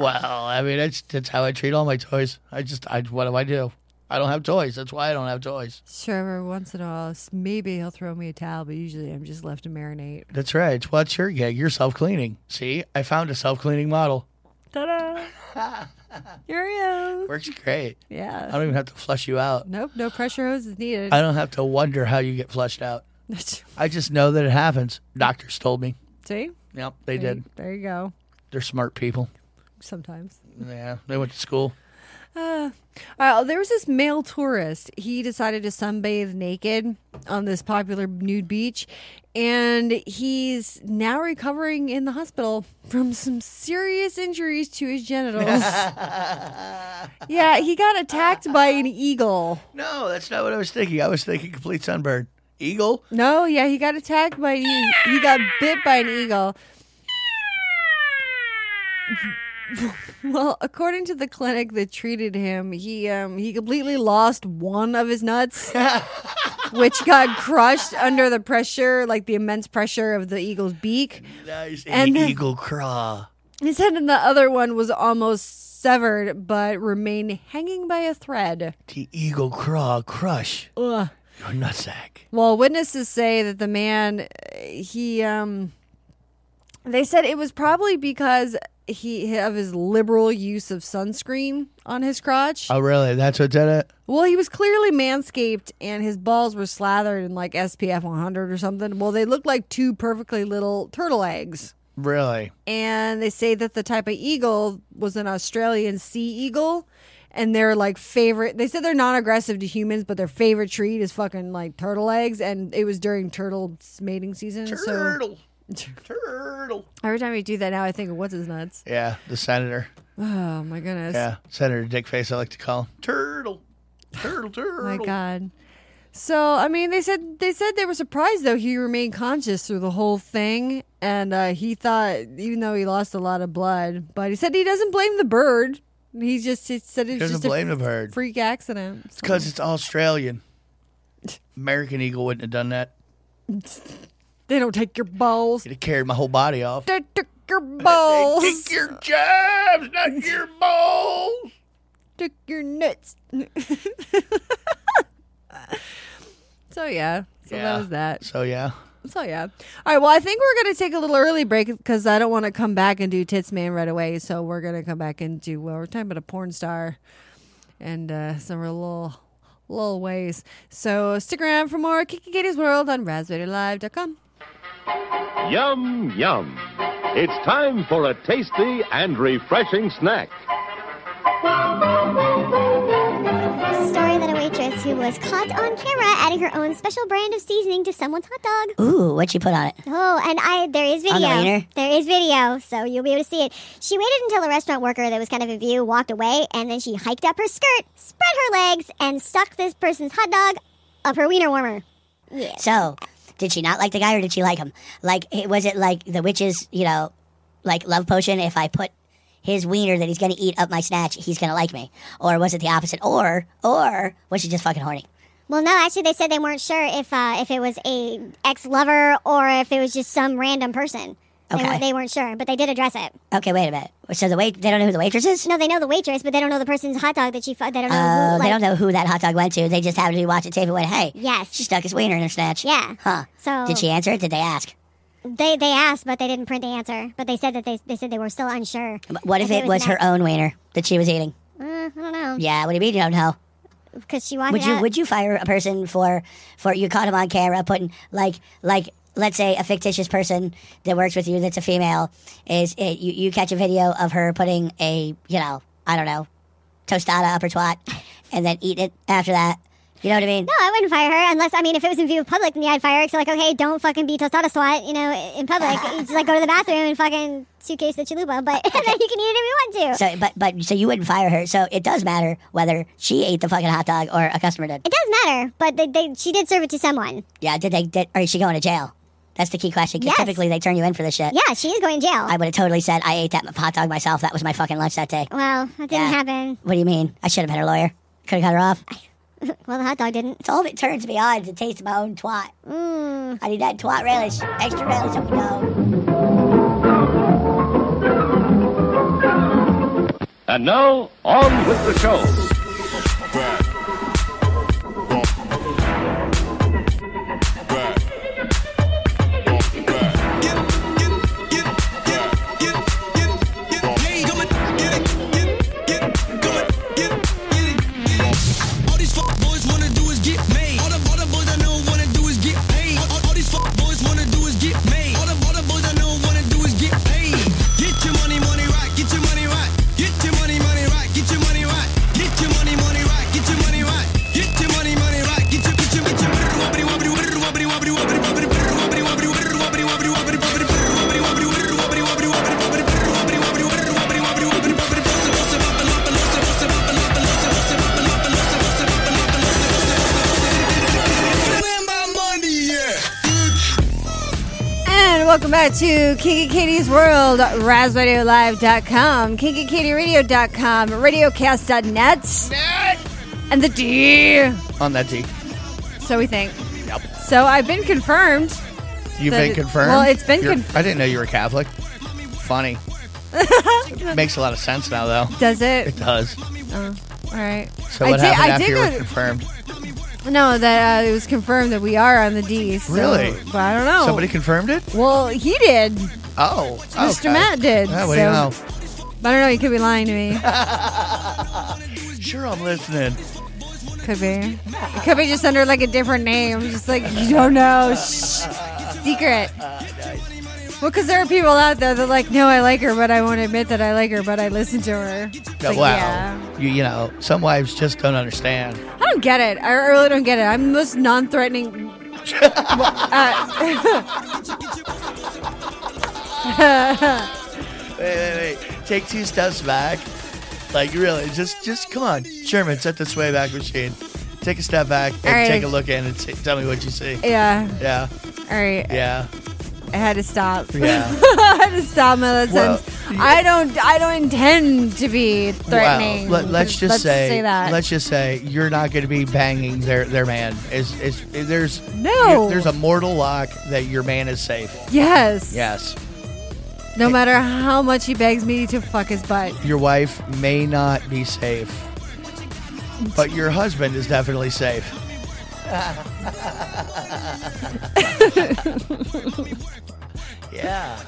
S7: well, I mean that's that's how I treat all my toys. I just I what do I do? I don't have toys. That's why I don't have toys.
S6: Sure, every once in a while, s- maybe he'll throw me a towel, but usually I'm just left to marinate.
S7: That's right. What's your gig? You're self cleaning. See, I found a self cleaning model.
S6: Ta-da! Here he is.
S7: Works great. I
S6: Yeah.
S7: don't even have to flush you out.
S6: Nope, no pressure hose is needed.
S7: I don't have to wonder how you get flushed out. I just know that it happens. Doctors told me.
S6: See?
S7: Yep, they
S6: There you-
S7: did.
S6: There you go.
S7: They're smart people.
S6: Sometimes.
S7: Yeah, they went to school.
S6: Uh, there was this male tourist. He decided to sunbathe naked on this popular nude beach, and he's now recovering in the hospital from some serious injuries to his genitals. yeah, he got attacked by an eagle.
S7: No, that's not what I was thinking. I was thinking complete sunburn. Eagle?
S6: No, yeah, he got attacked by an eagle. He got bit by an eagle. Well, according to the clinic that treated him, he um, he completely lost one of his nuts, which got crushed under the pressure, like the immense pressure of the eagle's beak.
S7: Nice.
S6: And
S7: And
S6: then-
S7: eagle craw.
S6: His head and the other one was almost severed, but remained hanging by a thread.
S7: The eagle craw crush
S6: Ugh.
S7: your nutsack.
S6: Well, witnesses say that the man, uh, he, um, they said it was probably because he of his liberal use of sunscreen on his crotch.
S7: Oh, really? That's what did it?
S6: Well, he was clearly manscaped and his balls were slathered in like SPF 100 or something. Well, they looked like two perfectly little turtle eggs.
S7: Really?
S6: And they say that the type of eagle was an Australian sea eagle. And their like favorite, they said they're non aggressive to humans, but their favorite treat is fucking like turtle eggs. And it was during turtle mating season. So
S3: Turtle. Turtle.
S6: every time we do that now, I think, of what's his nuts?
S7: Yeah, the senator.
S6: Oh my goodness.
S7: Yeah, Senator Dickface, I like to call him.
S3: Turtle. Turtle. Turtle.
S6: My God. So I mean, they said they said they were surprised though he remained conscious through the whole thing, and uh, he thought even though he lost a lot of blood, but he said he doesn't blame the bird. He just he said it's
S7: Doesn't
S6: just a
S7: blame the bird.
S6: freak accident. So-
S7: Because it's Australian. American Eagle wouldn't have done that.
S6: they don't take your balls.
S7: He'd have carried my whole body off.
S6: They took your balls.
S7: Take your jabs, not your balls.
S6: took your nuts. so yeah, so
S7: Yeah.
S6: that was that.
S7: So yeah,
S6: So yeah. All right. Well, I think we're gonna take a little early break because I don't want to come back and do Tits Man right away. So we're gonna come back and do. Well, we're talking about a porn star and uh, some real little little ways. So stick around for more Kiki Katie's World on RazRadioLive.com.
S8: Yum, yum. It's time for a tasty and refreshing snack.
S9: There's a story about a waitress who was caught on camera adding her own special brand of seasoning to someone's hot dog.
S10: Ooh, what'd she put on it?
S9: Oh, and I there is video.
S10: wiener?
S9: there is video, so you'll be able to see it. She waited until a restaurant worker that was kind of in view walked away, and then she hiked up her skirt, spread her legs, and stuck this person's hot dog up her wiener warmer.
S10: So, did she not like the guy or did she like him? Like, it- was it like the witch's, you know, like love potion? If I put his wiener that he's going to eat up my snatch, he's going to like me. Or was it the opposite? Or, or was she just fucking horny?
S9: Well, no, actually, they said they weren't sure if uh, if it was a ex lover or if it was just some random person. They,
S10: Okay.
S9: weren't, they weren't sure, but they did address it.
S10: Okay, wait a minute. So the wait, they don't know who the waitress is?
S9: No, they know the waitress, but they don't know the person's hot dog that she. fu- They don't know.
S10: Oh,
S9: who, like,
S10: they don't know who that hot dog went to. They just happened to be watching tape and went, hey,
S9: Yes.
S10: she stuck his wiener in her snatch.
S9: Yeah.
S10: Huh.
S9: So-
S10: Did she answer it? Did they ask?
S9: They they asked, but they didn't print the answer. But they said that they they said they were still unsure.
S10: What if, it was
S9: an
S10: her
S9: act-
S10: own wiener that she was eating?
S9: Uh, I don't know.
S10: Yeah, what do you mean you don't know?
S9: because she walked
S10: Would
S9: it
S10: you
S9: out.
S10: would you fire a person for for you caught him on camera putting like like let's say a fictitious person that works with you that's a female is it, you you catch a video of her putting a you know I don't know tostada up her twat and then eating it after that you know what I mean
S9: No, I wouldn't fire her unless I mean if it was in view of public, then yeah, I'd fire her. So like, okay, don't fucking be tostada swat, you know, in public. you just like go to the bathroom and fucking suitcase the chalupa, but then you can eat it if you want to.
S10: so but but so you wouldn't fire her so it does matter whether she ate the fucking hot dog or a customer did
S9: it does matter, but they, they she did serve it to someone.
S10: yeah did they did or is she going to jail that's the key question 'cause
S9: Yes.
S10: typically they turn you in for this shit
S9: Yeah, she is going to jail.
S10: I would have totally said I ate that hot dog myself that was my fucking lunch that day
S9: well, that didn't
S10: Yeah.
S9: happen.
S10: What do you mean? I should have been her lawyer. Could have cut her off.
S9: Well, the hot dog didn't.
S10: It's all that turns me on is the taste of my own twat.
S9: Mm.
S10: I need that twat relish, extra relish up the
S8: And now, on with the show.
S6: And welcome back to Kinky Katie's World, RazRadioLive.com, KinkyKatieRadio.com, RadioCast.net, and the D.
S7: on that D.
S6: So we think. So I've been confirmed.
S7: You've
S6: That
S7: been
S6: it-
S7: confirmed.
S6: well, it's been
S7: You're-
S6: conf-
S7: I didn't know you were Catholic. Funny. Makes a lot of sense now, though.
S6: Does it?
S7: It does.
S6: All right.
S7: So what
S6: I did,
S7: happened
S6: I
S7: after
S6: did
S7: you
S6: go-
S7: were confirmed?
S6: No, that uh, it was confirmed that we are on the D. So,
S7: Really?
S6: But I don't know.
S7: Somebody confirmed it?
S6: well, he did.
S7: Oh,
S6: Mr.
S7: okay.
S6: Matt did.
S7: Yeah, what
S6: so
S7: do you know?
S6: But I don't know. You could be lying to me.
S7: Sure, I'm listening.
S6: Could be. It could be just under like a different name. Just like you don't know. Shh. Secret. Well, because there are people out there that like, no, I like her, but I won't admit that I like her, but I listen to her. It's like,
S7: wow.
S6: Yeah.
S7: You, you know, some wives just don't understand.
S6: I don't get it. I really don't get it. I'm the most non-threatening. uh,
S7: Wait, wait, wait. Take two steps back. Like really, just just come on, Sherman. Set the sway back machine. Take a step back and
S6: All right.
S7: take a look in and see, tell me what you see.
S6: Yeah.
S7: Yeah.
S6: All right.
S7: Yeah.
S6: I had to stop.
S7: Yeah.
S6: I had to stop my lessons.
S7: Well,
S6: I don't. I don't intend to be threatening.
S7: Wow. Let, let's just say,
S6: that.
S7: Let's just say you're not going to be banging their their man. Is is there's
S6: No.
S7: you- there's a mortal lock that your man is safe.
S6: Yes.
S7: Yes.
S6: no matter how much he begs me to fuck his butt.
S7: Your wife may not be safe, but your husband is definitely safe. yeah.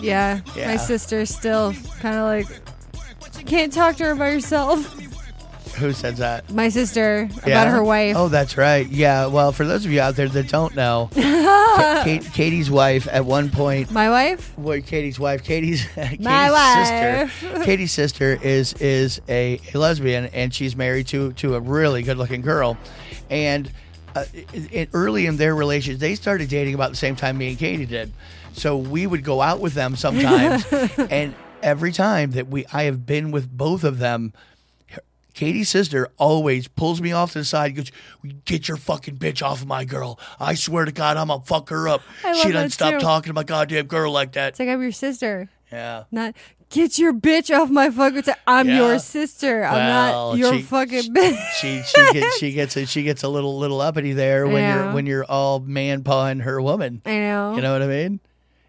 S6: Yeah.
S7: Yeah.
S6: My sister's still kind of like "You can't talk to her by herself.
S7: Who said that?
S6: My sister
S7: Yeah.
S6: about her wife.
S7: Oh, that's right. Yeah. Well, for those of you out there that don't know, Ka- Kate, Katie's wife at one point.
S6: My wife.
S7: Well, Katie's wife. Katie's Katie's
S6: My
S7: sister.
S6: wife.
S7: Katie's sister is is a, a lesbian, and she's married to to a really good looking girl, and. Uh, it, it- early in their relationship, they started dating about the same time me and Katie did. So we would go out with them sometimes, and every time that we, I have been with both of them, Katie's sister always pulls me off to the side and goes, Get your fucking bitch off of my girl. I swear to God, I'm going to fuck her up.
S6: I love
S7: She doesn't
S6: that
S7: stop
S6: too.
S7: talking to my goddamn girl like that.
S6: It's like I'm your sister.
S7: yeah.
S6: Not get your bitch off my fucking. i I'm
S7: Yeah.
S6: your sister. I'm
S7: Well,
S6: not your
S7: she-
S6: fucking bitch.
S7: She she gets she gets a she gets a little little uppity there when
S6: Yeah.
S7: you're when you're all man pawing her woman.
S6: I know.
S7: You know what I mean?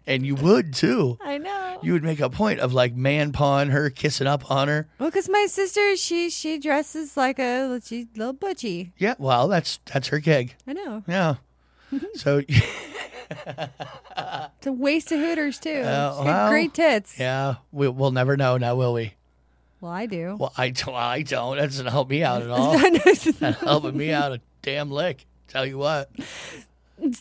S7: And you would too.
S6: I know.
S7: You would make a point of like man pawing her, kissing up on her.
S6: Well, because my sister, she she dresses like a she's a little butchy.
S7: Yeah, well, that's that's her gig.
S6: I know.
S7: Yeah. So
S6: It's a waste of hooters too.
S7: Uh,
S6: She's got
S7: well,
S6: great tits.
S7: yeah, we, we'll never know now, will we?
S6: Well, I do.
S7: Well, I don't. I don't. That doesn't help me out at all. Not helping me out a damn lick. Tell you what.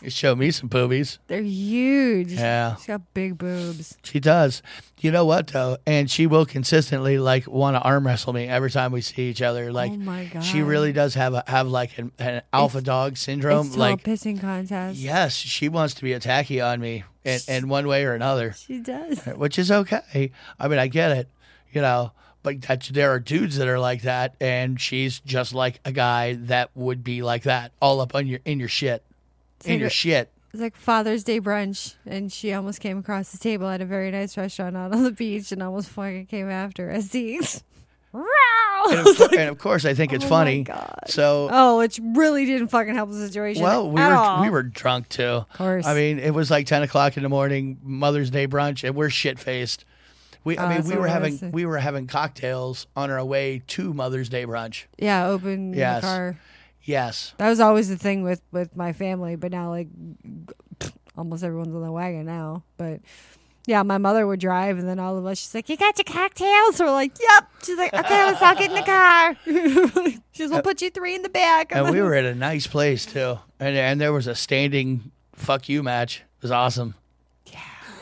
S7: You show me some boobies.
S6: They're huge.
S7: Yeah.
S6: She's got big boobs.
S7: She does. You know what though? And she will consistently like want to arm wrestle me every time we see each other. Like
S6: Oh my
S7: she
S6: God.
S7: really does have a have like an, an alpha dog syndrome.
S6: it's
S7: like
S6: still a pissing contest.
S7: yes, she wants to be attacky on me in, in one way or another.
S6: She does.
S7: which is okay. I mean, I get it, you know, but that there are dudes that are like that, and she's just like a guy that would be like that, all up on your in your shit, in your
S6: Secret-
S7: shit.
S6: It's like Father's Day brunch, and she almost came across the table at a very nice restaurant out on the beach, and almost fucking came after us. These. Wow.
S7: And of, cour- and of course, I think it's
S6: "Oh my
S7: funny. So.
S6: Oh, which really didn't fucking help the situation.
S7: Well, we
S6: at
S7: were
S6: all.
S7: we were drunk too. Of
S6: course.
S7: I mean, it was like ten o'clock in the morning, Mother's Day brunch, and we're shit faced. We,
S6: Oh,
S7: I mean,
S6: that's
S7: we
S6: what I
S7: were
S6: was
S7: having
S6: saying.
S7: we were having cocktails on our way to Mother's Day brunch.
S6: Yeah, open
S7: Yes.
S6: the car.
S7: Yes,
S6: That was always the thing with with my family, but now like almost everyone's on the wagon now. But yeah, my mother would drive, and then all of us. She's like, "You got your cocktails?" We're like, "Yep." She's like, "Okay, let's all get in the car." She's, "We'll put you three in the back."
S7: Uh, and we were at a nice place too, and and there was a standing fuck you match. It was awesome.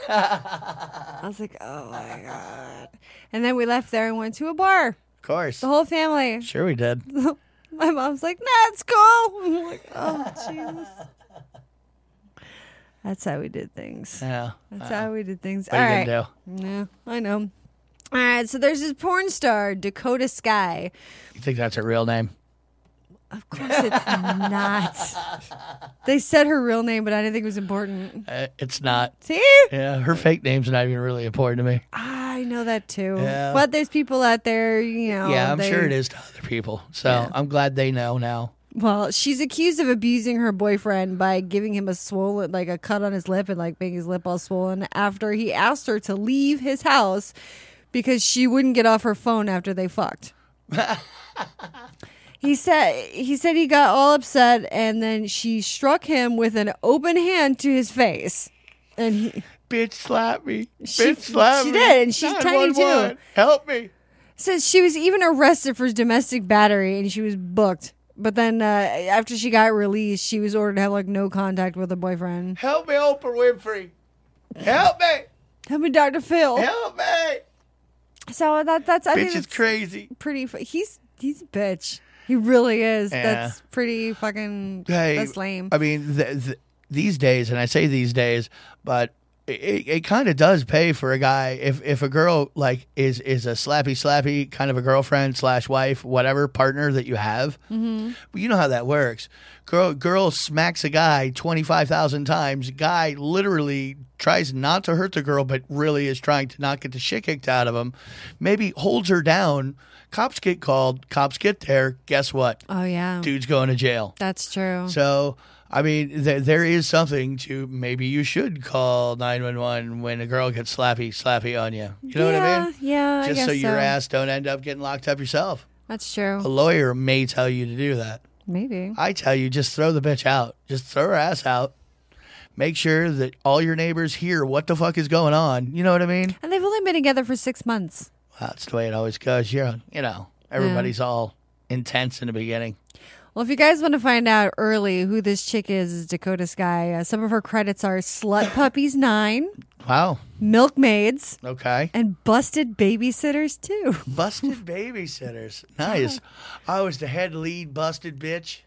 S6: I was like, "Oh my god!" And then we left there and went to a bar.
S7: Of course,
S6: The whole family.
S7: sure we did.
S6: My mom's like, "Nah, it's cool." I'm like, "Oh Jesus." That's how we did things.
S7: Yeah,
S6: That's how we did things.
S7: What
S6: All
S7: you
S6: right.
S7: gonna
S6: Yeah, I know. All right, so there's this porn star, Dakota Sky.
S7: you think that's her real name?
S6: Of course it's not. They said her real name, but I didn't think it was important.
S7: Uh, it's not.
S6: See?
S7: Yeah, her fake name's not even really important to me.
S6: I know that too.
S7: Yeah.
S6: But there's people out there, you know.
S7: yeah, I'm
S6: they-
S7: sure it is to other people. So I'm glad they know now.
S6: Well, she's accused of abusing her boyfriend by giving him a swollen, like a cut on his lip and like making his lip all swollen after he asked her to leave his house because she wouldn't get off her phone after they fucked. he said he said he got all upset and then she struck him with an open hand to his face. And he
S7: bitch slapped me.
S6: She-
S7: bitch slapped
S6: she
S7: me.
S6: did, and she's tiny, too.
S7: 911, Help me.
S6: Says she was even arrested for domestic battery and she was booked. But then uh, after she got released, she was ordered to have like no contact with her boyfriend.
S7: Help me, Oprah Winfrey. Help me.
S6: Help me, Dr. Phil.
S7: Help me.
S6: So that that's I think
S7: bitch is
S6: that's
S7: crazy.
S6: pretty. fu- He's he's a bitch. He really is.
S7: Yeah.
S6: That's pretty fucking.
S7: Hey, uh,
S6: that's lame.
S7: I mean, th- th- these days, and I say these days, but it, it kind of does pay for a guy if if a girl like is is a slappy slappy kind of a girlfriend slash wife whatever partner that you have.
S6: Mhm.
S7: Well, you know how that works. Girl, girl smacks a guy twenty five thousand times. Guy literally tries not to hurt the girl, but really is trying to not get the shit kicked out of him. Maybe holds her down. Cops get called. Cops get there. Guess what?
S6: Oh yeah,
S7: Dude's going to jail.
S6: that's true.
S7: So, I mean, th- there is something to maybe you should call 911 when a girl gets slappy, slappy on you. You know what I mean?
S6: Yeah, yeah. I
S7: Just
S6: guess
S7: so your ass don't end up getting locked up yourself.
S6: That's true.
S7: A lawyer may tell you to do that.
S6: Maybe.
S7: I tell you, just throw the bitch out. Just throw her ass out. Make sure that all your neighbors hear what the fuck is going on. You know what I mean?
S6: And they've only been together for six months.
S7: That's the way it always goes. You're, you know, everybody's all intense in the beginning.
S6: Well, if you guys want to find out early who this chick is, is Dakota Sky. Uh, some of her credits are Slut Puppies Nine,
S7: Wow.
S6: Milkmaids,
S7: Okay.
S6: and Busted Babysitters Two.
S7: Busted babysitters. Nice. I was the head lead busted bitch.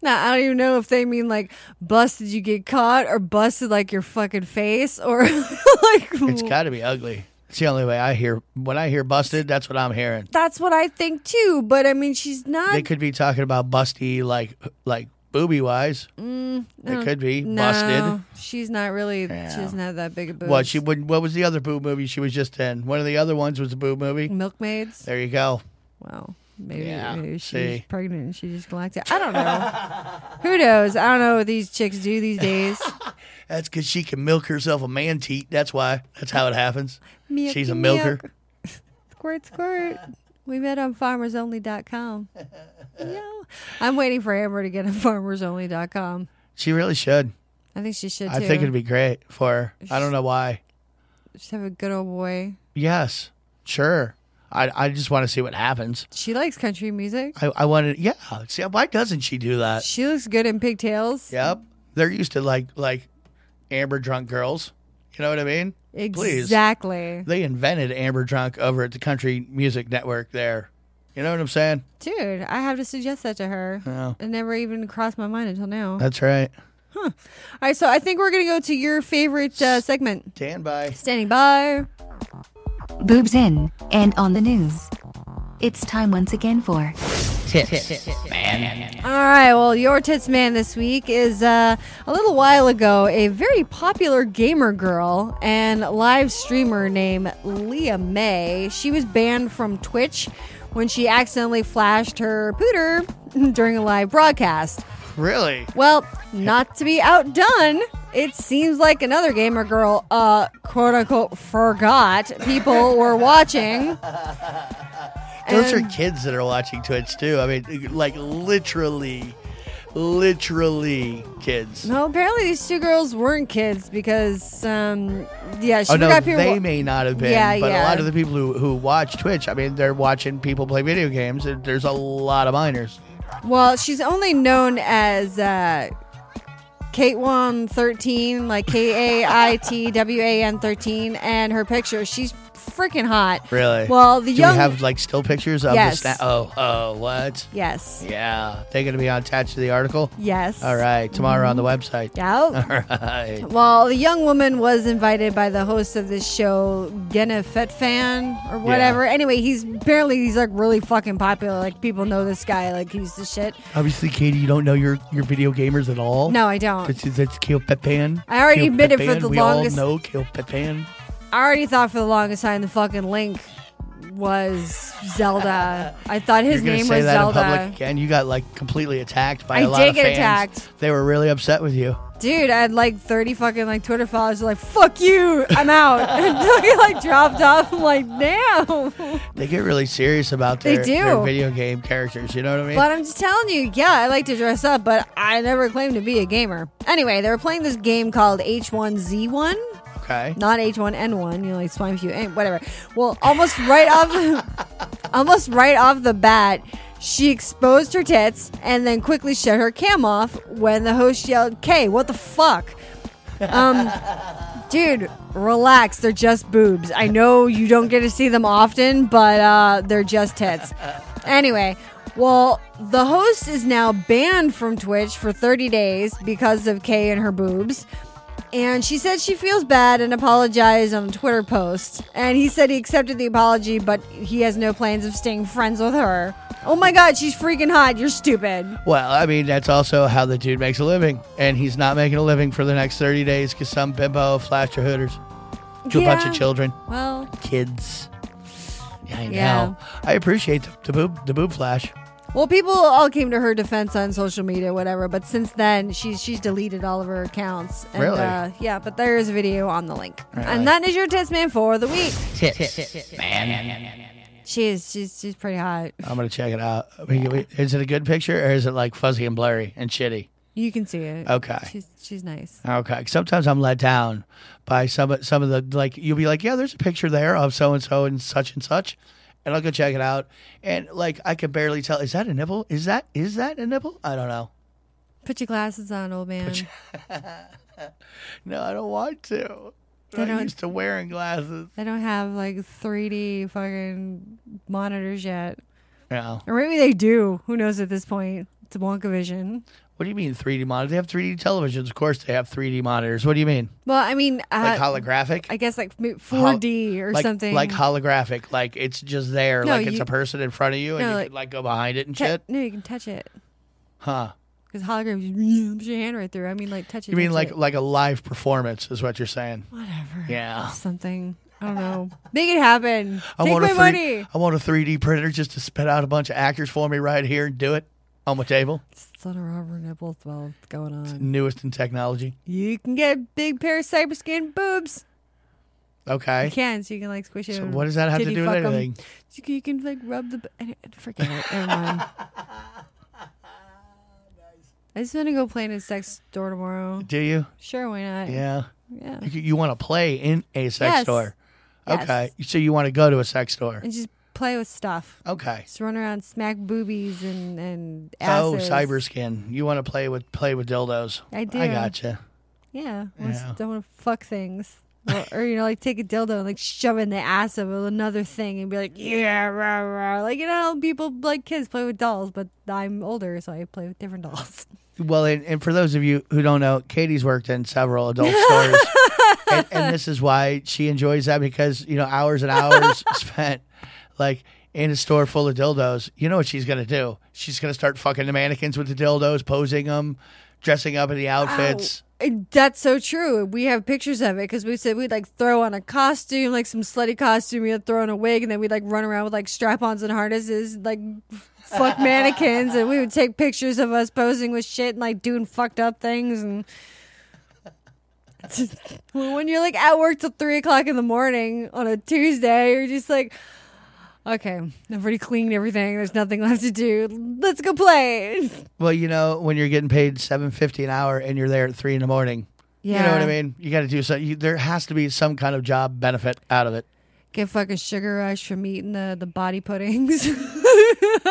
S6: Now I don't even know if they mean like busted you get caught or busted like your fucking face or like
S7: It's got to be ugly. It's the only way I hear. When I hear busted, that's what I'm hearing.
S6: that's what I think too. But I mean, she's not.
S7: They could be talking about busty, like like booby wise.
S6: Mm, I
S7: It
S6: don't-
S7: could be
S6: no,
S7: busted.
S6: She's not really. She
S7: Yeah.
S6: doesn't have that big a boob.
S7: What she would. What was the other boob movie she was just in? One of the other ones was a boob movie.
S6: Mm. Milkmaids.
S7: There you go.
S6: Wow. Maybe,
S7: Yeah,
S6: maybe she's
S7: see.
S6: pregnant and she just blacked out. I don't know. Who knows? I don't know what these chicks do these days.
S7: That's because she can milk herself a man teat. That's why. That's how it happens.
S6: Milky
S7: She's a milker.
S6: milk. Squirt, squirt. We met on farmersonly.com. Yeah. I'm waiting for Amber to get on farmersonly.com.
S7: She really should.
S6: I think she should too.
S7: I think it'd be great for her. I don't know why.
S6: Just have a good old boy.
S7: Yes, sure. I I just want to see what happens.
S6: She likes country music.
S7: I I wanted yeah. See why doesn't she do that?
S6: She looks good in pigtails.
S7: Yep. They're used to like like amber drunk girls. You know what I mean? Please.
S6: Exactly.
S7: They invented amber drunk over at the Country Music Network there. You know what I'm saying?
S6: Dude, I have to suggest that to her.
S7: Yeah. Uh,
S6: It never even crossed my mind until now.
S7: That's right.
S6: All right, so I think we're going to go to your favorite uh, segment.
S7: Stand by.
S6: Standing by.
S4: Boobs in and on the news. It's time once again for
S11: Tits, man.
S6: All right, well, your tits man this week is uh, a little while ago a very popular gamer girl and live streamer named Leah May. She was banned from Twitch when she accidentally flashed her pooter during a live broadcast.
S7: Really?
S6: Well, not to be outdone, it seems like another gamer girl, uh, quote unquote, forgot people were watching.
S7: Those
S6: And-
S7: are kids that are watching Twitch too. I mean, like literally, literally kids.
S6: No, apparently these two girls weren't kids because, um, yeah, she
S7: oh no,
S6: forgot people.
S7: they may not have been,
S6: Yeah,
S7: but
S6: yeah.
S7: a lot of the people who, who watch Twitch, I mean, they're watching people play video games. and There's a lot of minors.
S6: Well, she's only known as uh, Kate Wan thirteen, like K A I T W A N thirteen, and her picture, she's freaking hot.
S7: Really?
S6: Well, the
S7: Do
S6: young
S7: we have like still pictures of
S6: Yes.
S7: the sna- Oh, oh, what?
S6: yes,
S7: Yeah, they're gonna be on attached to the article.
S6: yes,
S7: All right, Uh. tomorrow on the website.
S6: Yeah.
S7: All right.
S6: Well, the young woman was invited by the host of this show, Gena Fetfan or whatever. Anyway, he's apparently he's like really fucking popular. Like people know this guy. Like he's the shit.
S7: Obviously, Katie, you don't know your your video gamers at all.
S6: No, I don't.
S7: That's, that's Kill Pepan.
S6: I already
S7: Kill
S6: admitted for
S7: Pepan.
S6: the
S7: we
S6: longest-
S7: all know Kill Pepan.
S6: I already thought for the longest time the fucking link was Zelda. I thought his
S7: You're gonna
S6: name
S7: say
S6: was
S7: that
S6: Zelda.
S7: in public again. You got like completely attacked by
S6: I
S7: a lot
S6: did
S7: of
S6: get
S7: fans.
S6: attacked.
S7: They were really upset with you.
S6: Dude, I had like 30 fucking like Twitter followers like, fuck you, I'm out. Until he like dropped off. I'm like, damn.
S7: They get really serious about
S6: They
S7: their, their
S6: do.
S7: video game characters. You know what I mean?
S6: But I'm just telling you, yeah, I like to dress up, but I never claimed to be a gamer. Anyway, they were playing this game called H1Z1.
S7: okay.
S6: Not H1N1, you know, like swine flu, eh, whatever. Well, almost right off, almost right off the bat, she exposed her tits and then quickly shut her cam off when the host yelled, "Kay, what the fuck?" Um, dude, relax. They're just boobs. I know you don't get to see them often, but uh, they're just tits. Anyway, well, the host is now banned from Twitch for 30 days because of Kay and her boobs. And she said she feels bad and apologized on a Twitter post. And he said he accepted the apology, but he has no plans of staying friends with her. Oh my god, she's freaking hot. You're stupid.
S7: Well, I mean, that's also how the dude makes a living. And he's not making a living for the next 30 days because some bimbo flashed her hooters to a bunch
S6: Yeah.
S7: of children,
S6: Well,
S7: kids. Yeah, I know.
S6: Yeah.
S7: I appreciate the, the boob the boob flash.
S6: Well, people all came to her defense on social media, whatever. But since then, she's she's deleted all of her accounts. And,
S7: Really?
S6: Uh, yeah, but there is a video on the link,
S11: Right.
S6: and that is your test man for the week.
S11: Man.
S6: She is she's she's pretty hot.
S7: I'm going to check it out. We- we- Is it a good picture or is it like fuzzy and blurry and shitty?
S6: You can see it.
S7: Okay.
S6: she's she's nice.
S7: Okay. Sometimes I'm let down by some of- some of the like you'll be like, yeah, there's a picture there of so and so and such and such, and I'll go check it out, and like I can barely tell is that a nipple? Is that is that a nipple? I don't know.
S6: Put your glasses on, old man.
S7: No, I don't want to.
S6: They
S7: I'm
S6: don't-
S7: used to wearing glasses.
S6: They don't have like 3D fucking monitors yet,
S7: No.
S6: or maybe they do. Who knows at this point? It's Wonka Vision.
S7: What do you mean 3D monitors? They have 3D televisions. Of course, they have 3D monitors. What do you mean?
S6: Well, I mean, uh,
S7: Like holographic?
S6: I guess like maybe
S7: Hol-
S6: 4D or
S7: like,
S6: something
S7: Like holographic. Like it's just there.
S6: No,
S7: like it's
S6: you-
S7: a person in front of you, and
S6: No,
S7: you
S6: like-
S7: could like go behind it and
S6: Te-
S7: shit.
S6: No, you can touch it.
S7: Huh.
S6: Because holograms, you put your hand right through. I mean, like touch it.
S7: You mean
S6: touch
S7: like
S6: it.
S7: like a live performance is what you're saying?
S6: Whatever.
S7: Yeah.
S6: something? I don't know. Make it happen.
S7: I
S6: Take
S7: want
S6: my
S7: a three,
S6: money.
S7: I want a 3D printer just to spit out a bunch of actors for me right here and do it on my table.
S6: Son of rubber nipple swell going on.
S7: Newest in technology.
S6: You can get a big pair of cyber skin boobs. You
S7: Okay.
S6: can, so you can like squish it.
S7: So
S6: and
S7: what does that have to
S6: titty
S7: do with
S6: fuck 'em.
S7: anything?
S6: You can, you can like rub the. b- I don't- Forget it. Never mind. I just want to go play in a sex store tomorrow.
S7: Do you?
S6: Sure, why not?
S7: Yeah.
S6: Yeah.
S7: You, you want to play in a sex
S6: Yes.
S7: store?
S6: Yes.
S7: Okay. So you want to go to a sex store?
S6: and just play with stuff.
S7: Okay.
S6: Just run around, smack boobies and and
S7: Oh,
S6: asses.
S7: cyber skin. You want to play with play with dildos?
S6: I do.
S7: I gotcha.
S6: Yeah, I just
S7: Yeah.
S6: don't want to fuck things. Or- or you know, like take a dildo and like shove it in the ass of another thing and be like, yeah, rah, rah. like you know, how people like kids play with dolls, but I'm older, so I play with different dolls.
S7: Well, and, and for those of you who don't know, Katie's worked in several adult stores, and, and this is why she enjoys that because you know hours and hours spent like in a store full of dildos. You know what she's gonna do? She's gonna start fucking the mannequins with the dildos, posing them, dressing up in the outfits.
S6: And That's so true. We have pictures of it because we said we'd like throw on a costume, like some slutty costume. We'd throw on a wig, and then we'd like run around with like strap-ons and harnesses, like f- fuck mannequins, and we would take pictures of us posing with shit and like doing fucked up things. And when you're like at work till three o'clock in the morning on a Tuesday, you're just like. Okay, I've already cleaned everything. There's nothing left to do. Let's go play.
S7: Well, you know when you're getting paid seven fifty an hour and you're there at three in the morning. You know what I
S6: Yeah.
S7: mean? You got to do so. You, there has to be some kind of job benefit out of it.
S6: Get fucking sugar rush from eating the, the body puddings.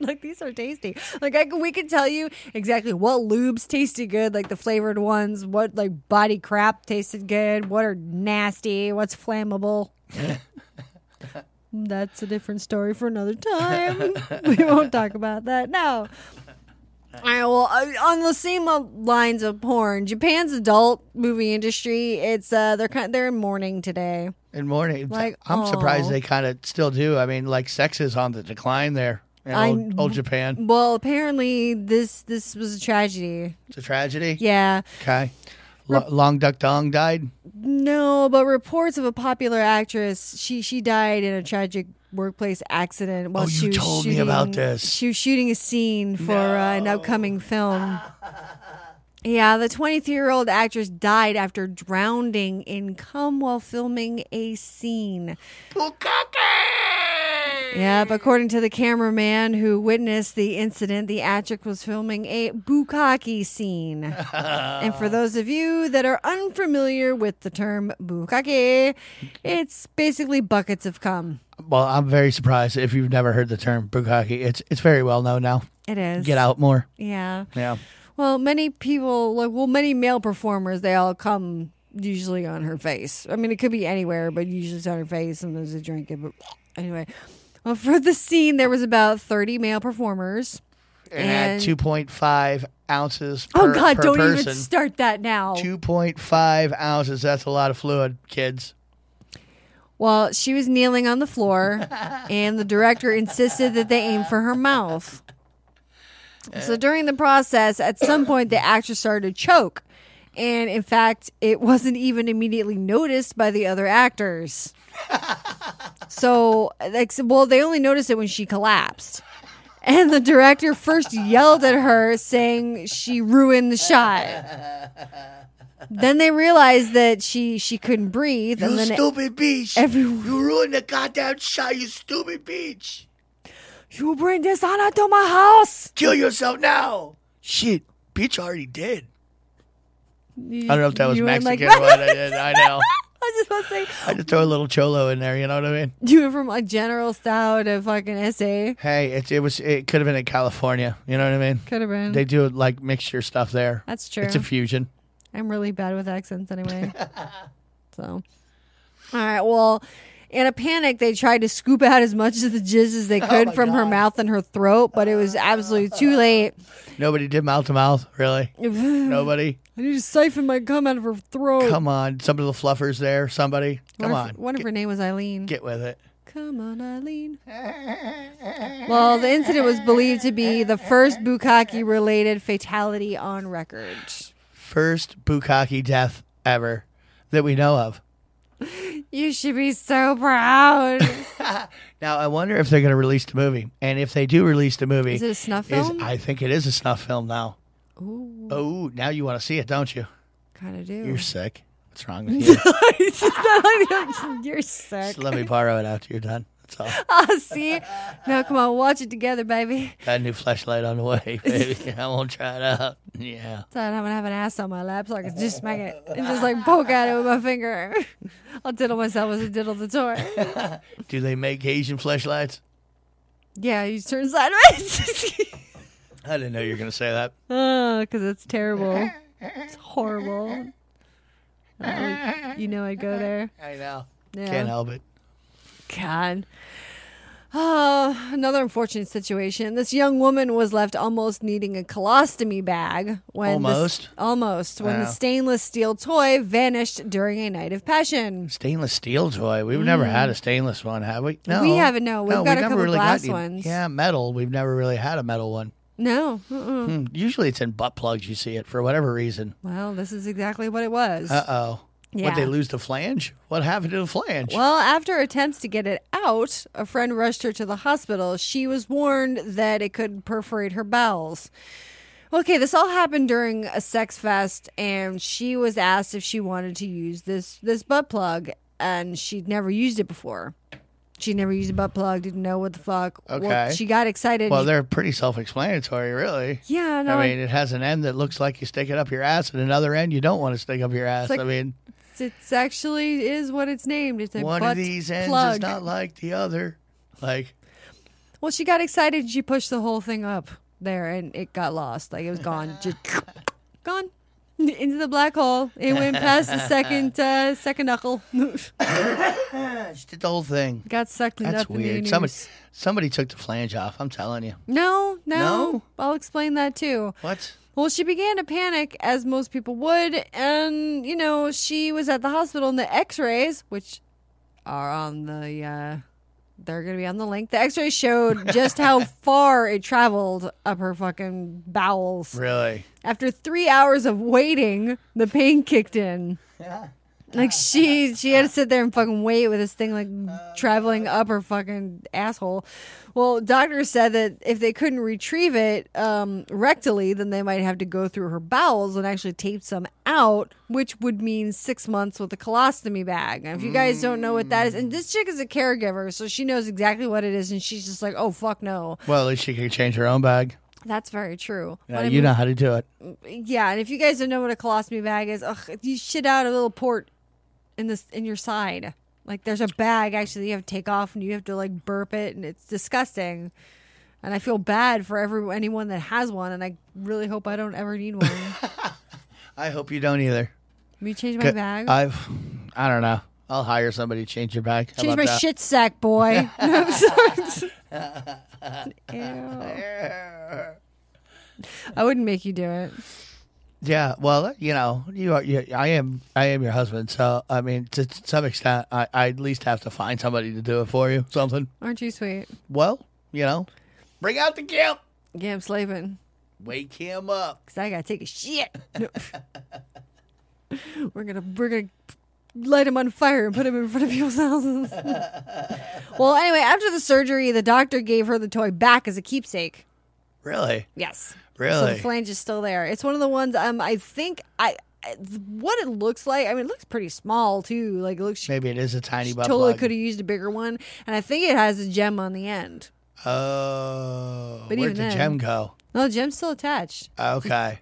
S6: like these are tasty. Like I c- we could tell you exactly what lubes tasted good, like the flavored ones, what like body crap tasted good, what are nasty, what's flammable. That's a different story for another time. we won't talk about that now. All right, well, uh, on the same uh, lines of porn, Japan's adult movie industry, it's uh they're kind they're in mourning today.
S7: In morning,
S6: Like,
S7: I'm surprised
S6: aw.
S7: they kind of still do. I mean, like sex is on the decline there in
S6: I-
S7: old, old Japan.
S6: Well, apparently this this was a tragedy.
S7: It's a tragedy.
S6: Yeah.
S7: Okay. Lo- Long Duck Dong died.
S6: No, but reports of a popular actress, she she died in a tragic workplace accident while
S7: Oh, you
S6: she was
S7: told me
S6: shooting,
S7: about this.
S6: She was shooting a scene for uh, an upcoming film. Yeah, the 23 year old actress died after drowning in cum while filming a scene. Yep, according to the cameraman who witnessed the incident, the actress was filming a bukkake scene. and for those of you that are unfamiliar with the term bukkake, it's basically buckets of cum.
S7: Well, I'm very surprised if you've never heard the term bukkake. It's it's very well known now.
S6: It is.
S7: Get out more.
S6: Yeah.
S7: Yeah.
S6: Well, many people, like, well, many male performers, they all come usually on her face. I mean, it could be anywhere, but usually it's on her face. Sometimes they drink it, but anyway. Well, for the scene, there was about 30 male performers.
S7: And, had 2.5 ounces per,
S6: Oh, God,
S7: per
S6: don't
S7: person.
S6: even start that now.
S7: 2.5 ounces. That's a lot of fluid, kids.
S6: Well, she was kneeling on the floor, and the director insisted that they aim for her mouth. So during the process, at some point, the actress started to choke. And in fact, it wasn't even immediately noticed by the other actors. so, like, so- well, they only noticed it when she collapsed. And the director first yelled at her, saying she ruined the shot. Then they realized that she she couldn't breathe. and then it-
S7: bitch.
S6: Everyone-
S7: You ruined the goddamn shot, you stupid bitch.
S6: You bring dishonor to my house.
S7: Kill yourself now. Shit, bitch already dead. I don't know if that was
S6: You went like-
S7: Mexican, but I, did, I know.
S6: I just want to say
S7: I just throw a little cholo in there, you know what I mean?
S6: you went from like general style to fucking essay.
S7: Hey, it, it was it could have been in California, you know what I mean?
S6: Could have been.
S7: They do like mixture stuff there.
S6: That's
S7: It's
S6: true.
S7: a fusion.
S6: I'm really bad with accents anyway. so, all right. Well, in a panic, they tried to scoop out as much of the jizz as they
S7: Oh
S6: could from her mouth and her throat, but it was absolutely too late.
S7: Nobody did mouth to mouth, really. Nobody.
S6: I need to siphon my gum out of her throat.
S7: Come on, some of the fluffers there. Somebody,
S6: Oh. What
S7: come
S6: if-
S7: on,
S6: What if her name was Eileen?
S7: get with it.
S6: Come on, Eileen. Well, the incident was believed to be the first bukkake related fatality on record.
S7: First bukkake death ever that we know of.
S6: You should be so proud.
S7: Now I wonder if they're going to release the movie, and if they do release the movie,
S6: Is it a snuff film?
S7: I think it is a snuff film now.
S6: Ooh,
S7: Oh, now you want to see it, don't you?
S6: kind of do.
S7: You're sick. What's wrong with you?
S6: You're sick.
S7: Just let me borrow it after you're done. That's all.
S6: Oh, see? Now, come on, watch it together, baby.
S7: Got a new flashlight on the way, baby. I won't try it out. Yeah.
S6: So I'm going to have an ass on my lap so I can just smack it and just like poke at it with my finger. I'll diddle myself as I diddle the toy.
S7: Do they make Asian flashlights?
S6: Yeah, you turn sideways.
S7: I didn't know you were going to say that.
S6: Oh, because it's terrible. It's horrible. Oh, you know I'd go there.
S7: I know.
S6: Yeah.
S7: Can't help it.
S6: God. Oh, another unfortunate situation. This young woman was left almost needing a colostomy bag when the s-
S7: Almost?
S6: almost when the
S7: Wow.
S6: stainless steel toy vanished during a night of passion.
S7: Stainless steel toy. We've never had a stainless one, have we? No.
S6: Mm. We haven't, no. We've
S7: no,
S6: got a
S7: never
S6: couple
S7: really
S6: glass
S7: got any-
S6: ones.
S7: Yeah, metal. We've never really had a metal one.
S6: No. Uh-uh.
S7: Hmm, Usually it's in butt plugs you see it for whatever reason.
S6: Well, this is exactly what it was.
S7: Uh oh.
S6: Yeah.
S7: Would they lose the flange? What happened to the flange?
S6: Well, after attempts to get it out, a friend rushed her to the hospital. She was warned that it could perforate her bowels. Okay, this all happened during a sex fest, and she was asked if she wanted to use this this butt plug, and she'd never used it before. She never used a butt plug, didn't know what the fuck. Well,
S7: Okay.
S6: she got excited.
S7: Well, they're pretty self explanatory, really.
S6: yeah, no,
S7: I mean, it has an end that looks like you stick it up your ass, and another end you don't want to stick up your ass.
S6: like
S7: I mean,
S6: it's, it's actually is what it's named. It's a
S7: one
S6: butt
S7: of these ends
S6: plug.
S7: is not like the other. Like,
S6: Well, she got excited. and She pushed the whole thing up there, and it got lost. Like it was gone, just gone into the black hole. It went past the second uh, second knuckle.
S7: she did the whole thing.
S6: got sucked
S7: That's
S6: up in
S7: weird.
S6: the
S7: Somebody,
S6: anus.
S7: somebody took the flange off. I'm telling you.
S6: No, no,
S7: No?
S6: I'll explain that too.
S7: What?
S6: Well, she began to panic as most people would, and you know she was at the hospital. And the X-rays, which are on the, uh, they're gonna be on the link. The X-rays showed just how far it traveled up her fucking bowels.
S7: Really?
S6: After three hours of waiting, the pain kicked in. Like she she had to sit there and fucking wait with this thing like traveling up her fucking asshole. Well, doctors said that if they couldn't retrieve it um, rectally, then they might have to go through her bowels and actually tape some out, which would mean six months with a colostomy bag. Now, if you guys don't know what that is, and this chick is a caregiver, so she knows exactly what it is, and she's just like, "Oh fuck no."
S7: Well, at least she could change her own bag.
S6: That's very true.
S7: Yeah,
S6: But I
S7: you
S6: mean-
S7: know how to do it.
S6: yeah, and if you guys don't know what a colostomy bag is, ugh, you shit out a little port in this in your side. Like there's a bag actually you have to take off and you have to like burp it and it's disgusting. And I feel bad for every anyone that has one and I really hope I don't ever need one.
S7: I hope you don't either.
S6: Me change my bag.
S7: I've, I don't know. I'll hire somebody to change your bag. How
S6: change
S7: about
S6: my
S7: that?
S6: shit sack, boy. No, I'm sorry. Ew. I wouldn't make you do it.
S7: Yeah, well, you know, you are. You, I am. I am your husband. So, I mean, to, to some extent, I, I at least have to find somebody to do it for you. Something.
S6: Aren't you sweet?
S7: Well, you know, Bring out the gimp.
S6: Yeah, I'm slaving.
S7: wake him up.
S6: Cause I gotta take a shit. No. we're gonna we're gonna light him on fire and put him in front of people's houses. well, anyway, after the surgery, the doctor gave her the toy back as a keepsake.
S7: Really?
S6: Yes. So the
S7: Really?
S6: flange is still there. It's one of the ones. Um, I think I, I what it looks like. I mean, it looks pretty small too. Like it looks.
S7: Maybe it is a tiny
S6: she
S7: butt
S6: totally
S7: plug.
S6: could have used a bigger one, and I think it has a gem on the end.
S7: Oh,
S6: But
S7: where'd
S6: even
S7: the
S6: then-
S7: gem go?
S6: No, the gem's still attached.
S7: Okay.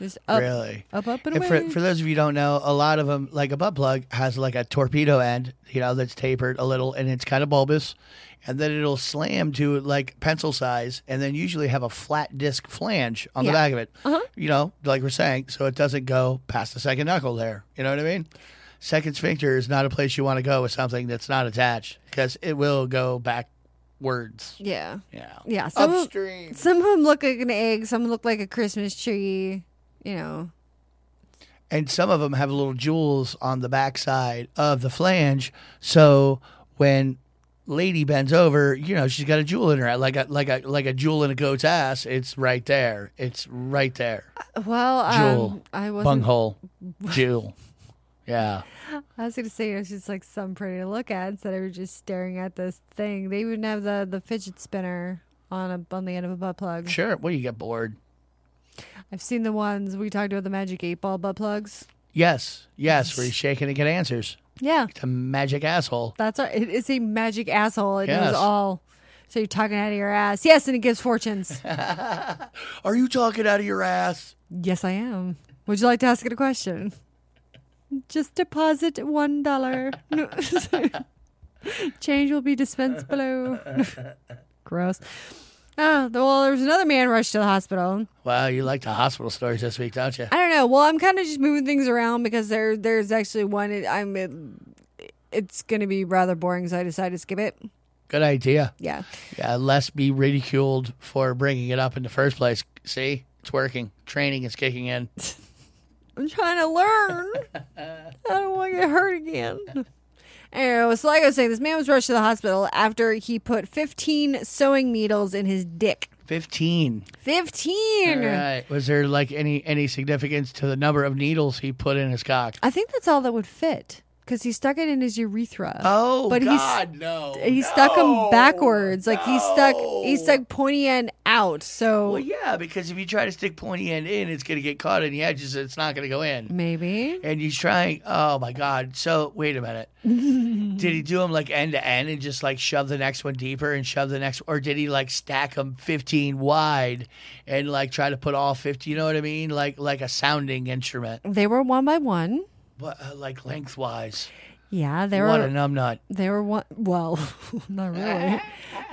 S6: Just up,
S7: really?
S6: up, up, and
S7: And
S6: away.
S7: for, for those of you who don't know, a lot of them, like a butt plug, has like a torpedo end, you know, that's tapered a little and it's kind of bulbous. And then it'll slam to like pencil size and then usually have a flat disc flange on
S6: Yeah. Uh-huh.
S7: the back of it, you know, like we're saying, so it doesn't go past the second knuckle there. You know what I mean? Second sphincter is not a place you want to go with something that's not attached because it will go backwards.
S6: Yeah.
S7: Yeah.
S6: Yeah. Some Of, some of them look like an egg. Some look like a Christmas tree. You know.
S7: and some of them have little jewels on the backside of the flange. So when lady bends over, you know she's got a jewel in her like a like a like a jewel in a goat's ass. It's right there. It's right there.
S6: Well,
S7: Jewel,
S6: um, I wasn't.
S7: bunghole, jewel. Yeah,
S6: I was gonna say it was just like some pretty to look at instead of just staring at this thing. They even have the the fidget spinner on a on the end of a butt plug.
S7: sure. Well, you get bored.
S6: I've seen the ones we talked about the magic eight ball butt plugs.
S7: Yes, yes. Where you shaking and get answers.
S6: Yeah,
S7: It's a magic asshole.
S6: that's our. It is a magic asshole. It knows
S7: Yes.
S6: all. So you're talking out of your ass. Yes, and it gives fortunes.
S7: Are you talking out of your ass?
S6: yes, I am. Would you like to ask it a question? Just deposit one dollar. No, sorry. Change will be dispensed below. Gross. Oh, th- well, there was another man rushed to the hospital.
S7: Wow, you like the hospital stories this week, don't you?
S6: I don't know. Well, I'm kind of just moving things around because there there's actually one. It, I'm it, it's going to be rather boring, so I decided to skip it.
S7: Good idea.
S6: Yeah.
S7: Yeah, uh, less be ridiculed for bringing it up in the first place. See, it's working. Training is kicking in.
S6: I'm trying to learn. I don't want to get hurt again. Anyway, so like I was saying, this man was rushed to the hospital after he put 15 sewing needles in his dick.
S7: Fifteen.
S6: 15.
S7: Right. Was there like any any significance to the number of needles he put in his cock?
S6: I think that's all that would fit because he stuck it in his urethra.
S7: Oh,
S6: but
S7: God,
S6: he,
S7: no,
S6: He stuck them backwards. Like he stuck he stuck pointy end out. So
S7: Well, yeah, because if you try to stick pointy end in, it's going to get caught in the edges. It's not going to go in.
S6: maybe.
S7: And he's trying. Oh my God. So wait a minute. Did he do them like end to end and just like shove the next one deeper and shove the next, or did he like stack them fifteen wide and like try to put all fifty? You know what I mean? Like like a sounding instrument,
S6: They were one by one.
S7: but uh, like lengthwise.
S6: Yeah, they were
S7: what a numbnut.
S6: They were one. Well, not really.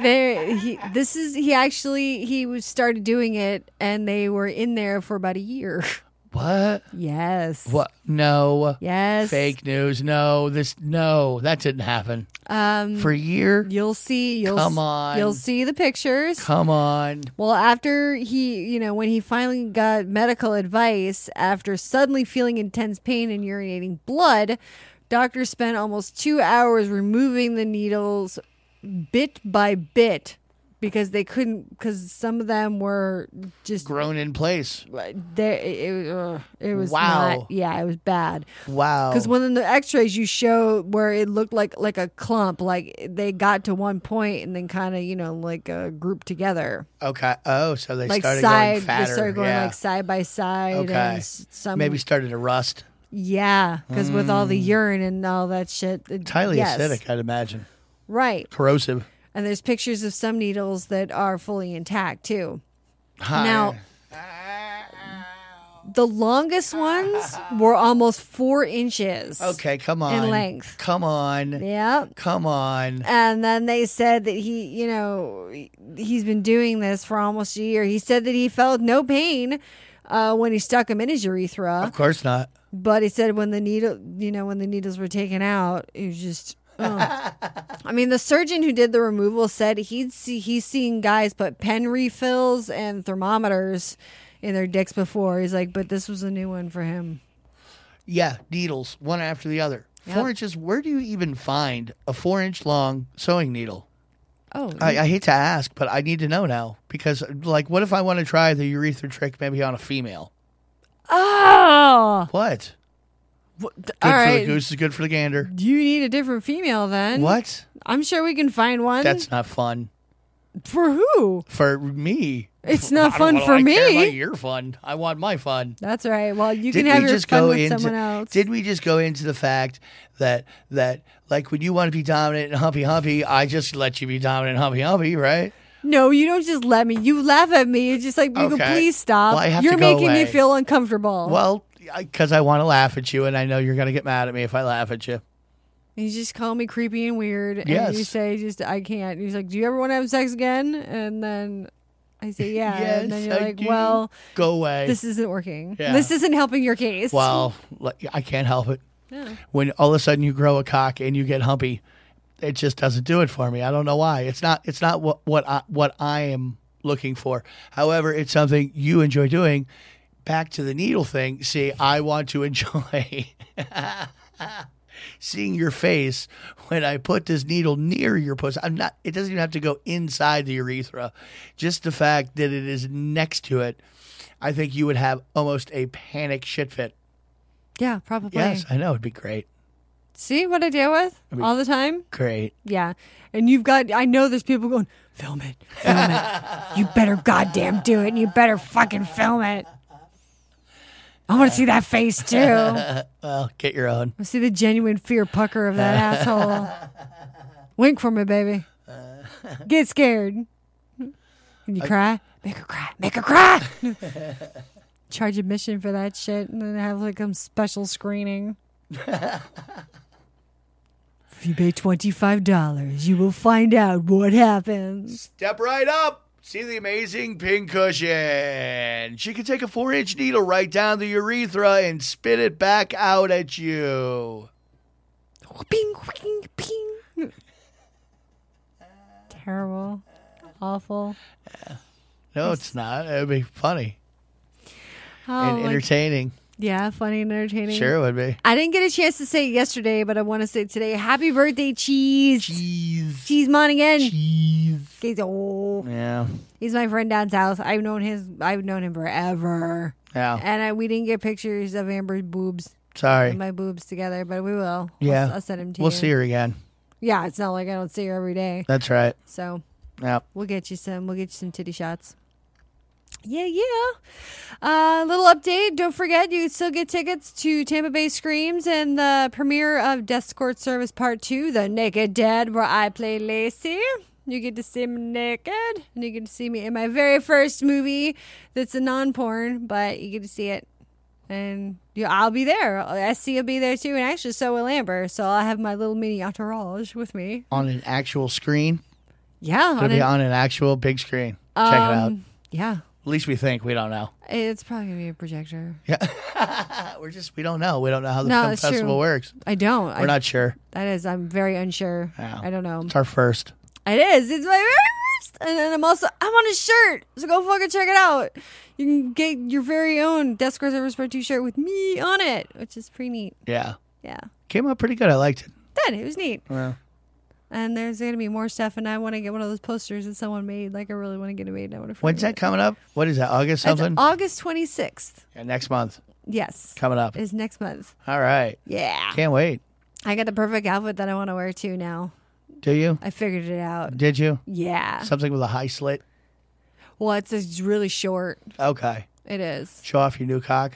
S6: they. He. This is. He actually. He was started doing it, and they were in there for about a year.
S7: What?
S6: Yes.
S7: What? No.
S6: Yes.
S7: Fake news. No. This. No. That didn't happen.
S6: Um.
S7: For a year?
S6: You'll see. You'll
S7: Come
S6: s-
S7: on.
S6: You'll see the pictures.
S7: Come on.
S6: Well, after he, you know, when he finally got medical advice after suddenly feeling intense pain and urinating blood, doctors spent almost two hours removing the needles bit by bit because they couldn't because some of them were just
S7: grown in place.
S6: There, it, it, uh, it was
S7: Wow. Oh.
S6: not- yeah, it was bad.
S7: Wow.
S6: Because one of the X-rays you show where it looked like like a clump, like they got to one point and then kind of you know like uh, grouped together,
S7: Okay. Oh, so they
S6: like
S7: started
S6: side,
S7: going fatter.
S6: they started going
S7: yeah.
S6: like side by side. and
S7: okay.
S6: s- some
S7: Maybe started to rust.
S6: yeah, because with all the urine and all that shit, it-
S7: It's highly
S6: yes.
S7: acidic, I'd imagine.
S6: right?
S7: Corrosive.
S6: And there's pictures of some needles that are fully intact too.
S7: Hi.
S6: Now, the longest ones were almost four inches.
S7: Okay, come on.
S6: In length. Uh-huh.
S7: Come on.
S6: Yep.
S7: Come on.
S6: And then they said that he, you know, he's been doing this for almost a year. He said that he felt no pain uh, when he stuck him in his urethra.
S7: Of course not.
S6: But he said when the needle, you know, when the needles were taken out, it was just. ugh. I mean, the surgeon who did the removal said he'd see he's seen guys put pen refills and thermometers in their dicks before. He's like, but this was a new one for him.
S7: Yeah, needles, one after the other.
S6: Yep.
S7: Four inches. Where do you even find a four inch long sewing needle?
S6: Oh,
S7: I, I hate to ask, but I need to know now because, like, what if I want to try the urethra trick maybe on a female?
S6: oh,
S7: What? Good
S6: all
S7: for
S6: right.
S7: the goose is good for the gander.
S6: You need a different female then.
S7: What?
S6: I'm sure we can find one.
S7: That's not fun
S6: for who?
S7: for me.
S6: It's not
S7: I don't
S6: fun
S7: wanna-
S6: for
S7: I care
S6: me.
S7: about your fun. I want my fun.
S6: That's right. Well, you
S7: Did
S6: can have
S7: we
S6: your
S7: just
S6: fun
S7: go
S6: with
S7: into,
S6: someone else.
S7: Did we just go into the fact that that like when you want to be dominant and humpy humpy, I just let you be dominant and humpy humpy, right?
S6: No, you don't just let me. You laugh at me. It's just like, you
S7: Okay.
S6: can please stop.
S7: Well, I have to
S6: You're
S7: go
S6: making
S7: away.
S6: me feel uncomfortable.
S7: Well, because I want to laugh at you, and I know you're gonna get mad at me if I laugh at you.
S6: you just call me creepy and weird. And you
S7: Yes.
S6: say, just, I can't. And he's like, do you ever want to have sex again? And then I say, yeah. and then
S7: Yes,
S6: you're
S7: I
S6: like,
S7: do.
S6: well,
S7: Go away.
S6: this isn't working.
S7: Yeah.
S6: This isn't helping your case.
S7: well, like, I can't help it.
S6: No.
S7: When all of a sudden you grow a cock and you get humpy, it just doesn't do it for me. I don't know why. It's not. It's not what what I, what I am looking for. However, it's something you enjoy doing. Back to the needle thing. See, I want to enjoy seeing your face when I put this needle near your pussy. I'm not. It doesn't even have to go inside the urethra. Just the fact that it is next to it, I think you would have almost a panic shit fit.
S6: yeah, probably.
S7: Yes, I know. It'd be great.
S6: See what I deal with
S7: I mean-
S6: all the time?
S7: Great.
S6: Yeah. And you've got, I know there's people going, film it, film it. You better goddamn do it and you better fucking film it. I want to see that face too. I
S7: well, get your own.
S6: see the genuine fear pucker of that asshole. Wink for me, baby. Get scared. And you cry. Make her cry. Make her cry. Charge admission for that shit and then have like some special screening. If you pay $25, you will find out what happens.
S7: Step right up. See the amazing pincushion. She can take a four inch needle right down the urethra and spit it back out at you.
S6: Ping, ping, ping. Terrible. Awful.
S7: No, it's not. It would be funny
S6: Oh,
S7: and
S6: my-
S7: entertaining.
S6: yeah, funny and entertaining.
S7: Sure, it would be.
S6: I didn't get a chance to say it yesterday, but I want to say it today. Happy birthday, Cheese.
S7: Cheese.
S6: Cheese Monaghan. Cheese. He's, oh,
S7: Yeah.
S6: he's my friend down south. I've known his. I've known him forever.
S7: Yeah.
S6: And I, we didn't get pictures of Amber's boobs
S7: Sorry.
S6: and my boobs together, but we will.
S7: yeah.
S6: I'll, I'll send him to
S7: We'll
S6: you.
S7: see her again.
S6: Yeah, it's not like I don't see her every day.
S7: That's right.
S6: So
S7: Yeah.
S6: We'll get you some. We'll get you some titty shots. Yeah, yeah. Uh, little update. Don't forget, you still get tickets to Tampa Bay Screams and the premiere of Death Court Service Part 2, The Naked Dead, where I play Lacey. You get to see me naked, and you get to see me in my very first movie that's a non porn, but you get to see it. And you, I'll be there. SC will be there too, and actually, so will Amber. So I'll have my little mini entourage with me.
S7: On an actual screen.
S6: Yeah.
S7: It'll be
S6: an-
S7: on an actual big screen. Check it out.
S6: Um, Yeah.
S7: At least we think. We don't know.
S6: It's probably gonna be a projector.
S7: Yeah. We're just, we don't know. We don't know how the
S6: No,
S7: film
S6: it's true.
S7: festival works.
S6: I don't. I,
S7: We're not sure.
S6: That is. I'm very unsure. I don't know.
S7: It's our first.
S6: It is. It's my very first. And then I'm also. I'm on a shirt. So go fucking check it out. You can get your very own Desk Reservers Part Two shirt with me on it, which is pretty neat.
S7: Yeah.
S6: Yeah.
S7: Came out pretty good. I liked it.
S6: Then it was neat.
S7: Well,
S6: And there's going to be more stuff. And I want to get one of those posters that someone made. Like, I really want to get it made. And I want to
S7: When's that coming up? What is that? August something?
S6: August 26th.
S7: Yeah, next month.
S6: Yes.
S7: Coming up.
S6: Is next month.
S7: All right.
S6: Yeah.
S7: Can't wait.
S6: I got the perfect outfit that I want to wear too now.
S7: Do you?
S6: I figured it out.
S7: Did you?
S6: Yeah.
S7: Something with a high slit.
S6: Well, it's it's really short.
S7: Okay.
S6: It is.
S7: Show off your new cock.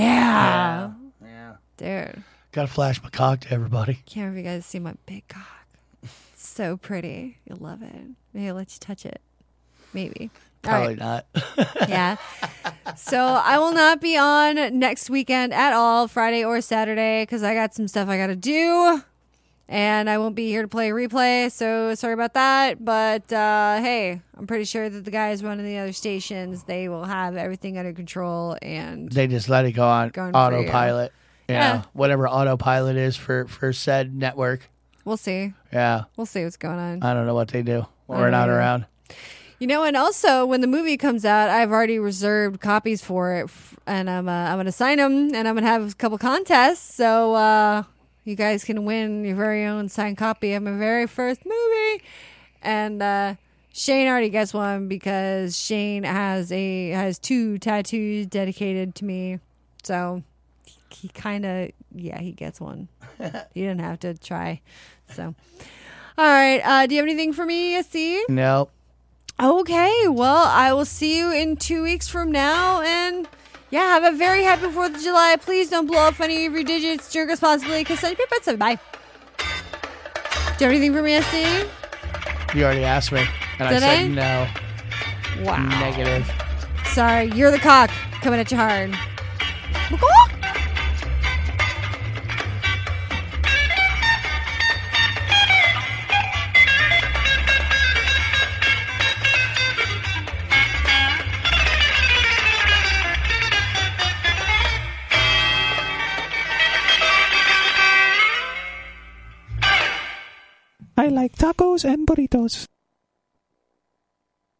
S6: Yeah. Yeah. Dude.
S7: Got to flash my cock to everybody.
S6: Can't remember if you guys see my big cock. It's so pretty. You'll love it. Maybe I'll let you touch it. Maybe. All
S7: Probably
S6: right.
S7: not.
S6: yeah. So I will not be on next weekend at all, Friday or Saturday, because I got some stuff I got to do. And I won't be here to play replay. So sorry about that. But uh, hey, I'm pretty sure that the guys running the other stations, they will have everything under control. And
S7: they just let it go on
S6: Going for
S7: autopilot.
S6: you.
S7: Yeah.
S6: Yeah.
S7: Whatever autopilot is for, for said network.
S6: we'll see.
S7: Yeah.
S6: We'll Mm. see what's going on.
S7: I don't know what they do when
S6: I
S7: we're
S6: don't
S7: not
S6: either.
S7: around.
S6: You know, and also when the movie comes out, I've already reserved copies for it, f- and I'm uh, I'm gonna sign them, and I'm gonna have a couple contests, so uh, you guys can win your very own signed copy of my very first movie. And uh, Shane already gets one because Shane has a has two tattoos dedicated to me, so he kind of yeah he gets one. he didn't have to try, so. All right. Uh, do you have anything for me, see?
S7: No.
S6: Okay, well, I will see you in two weeks from now, and yeah, have a very happy Fourth of July. Please don't blow up any of your digits. Drink responsibly. Because your pets. Bye. Do you have anything for me, SD?
S7: You already asked me. And I
S6: Did
S7: said
S6: I?
S7: no.
S6: Wow.
S7: Negative.
S6: Sorry, you're the cock coming at you hard.
S12: I like tacos and burritos.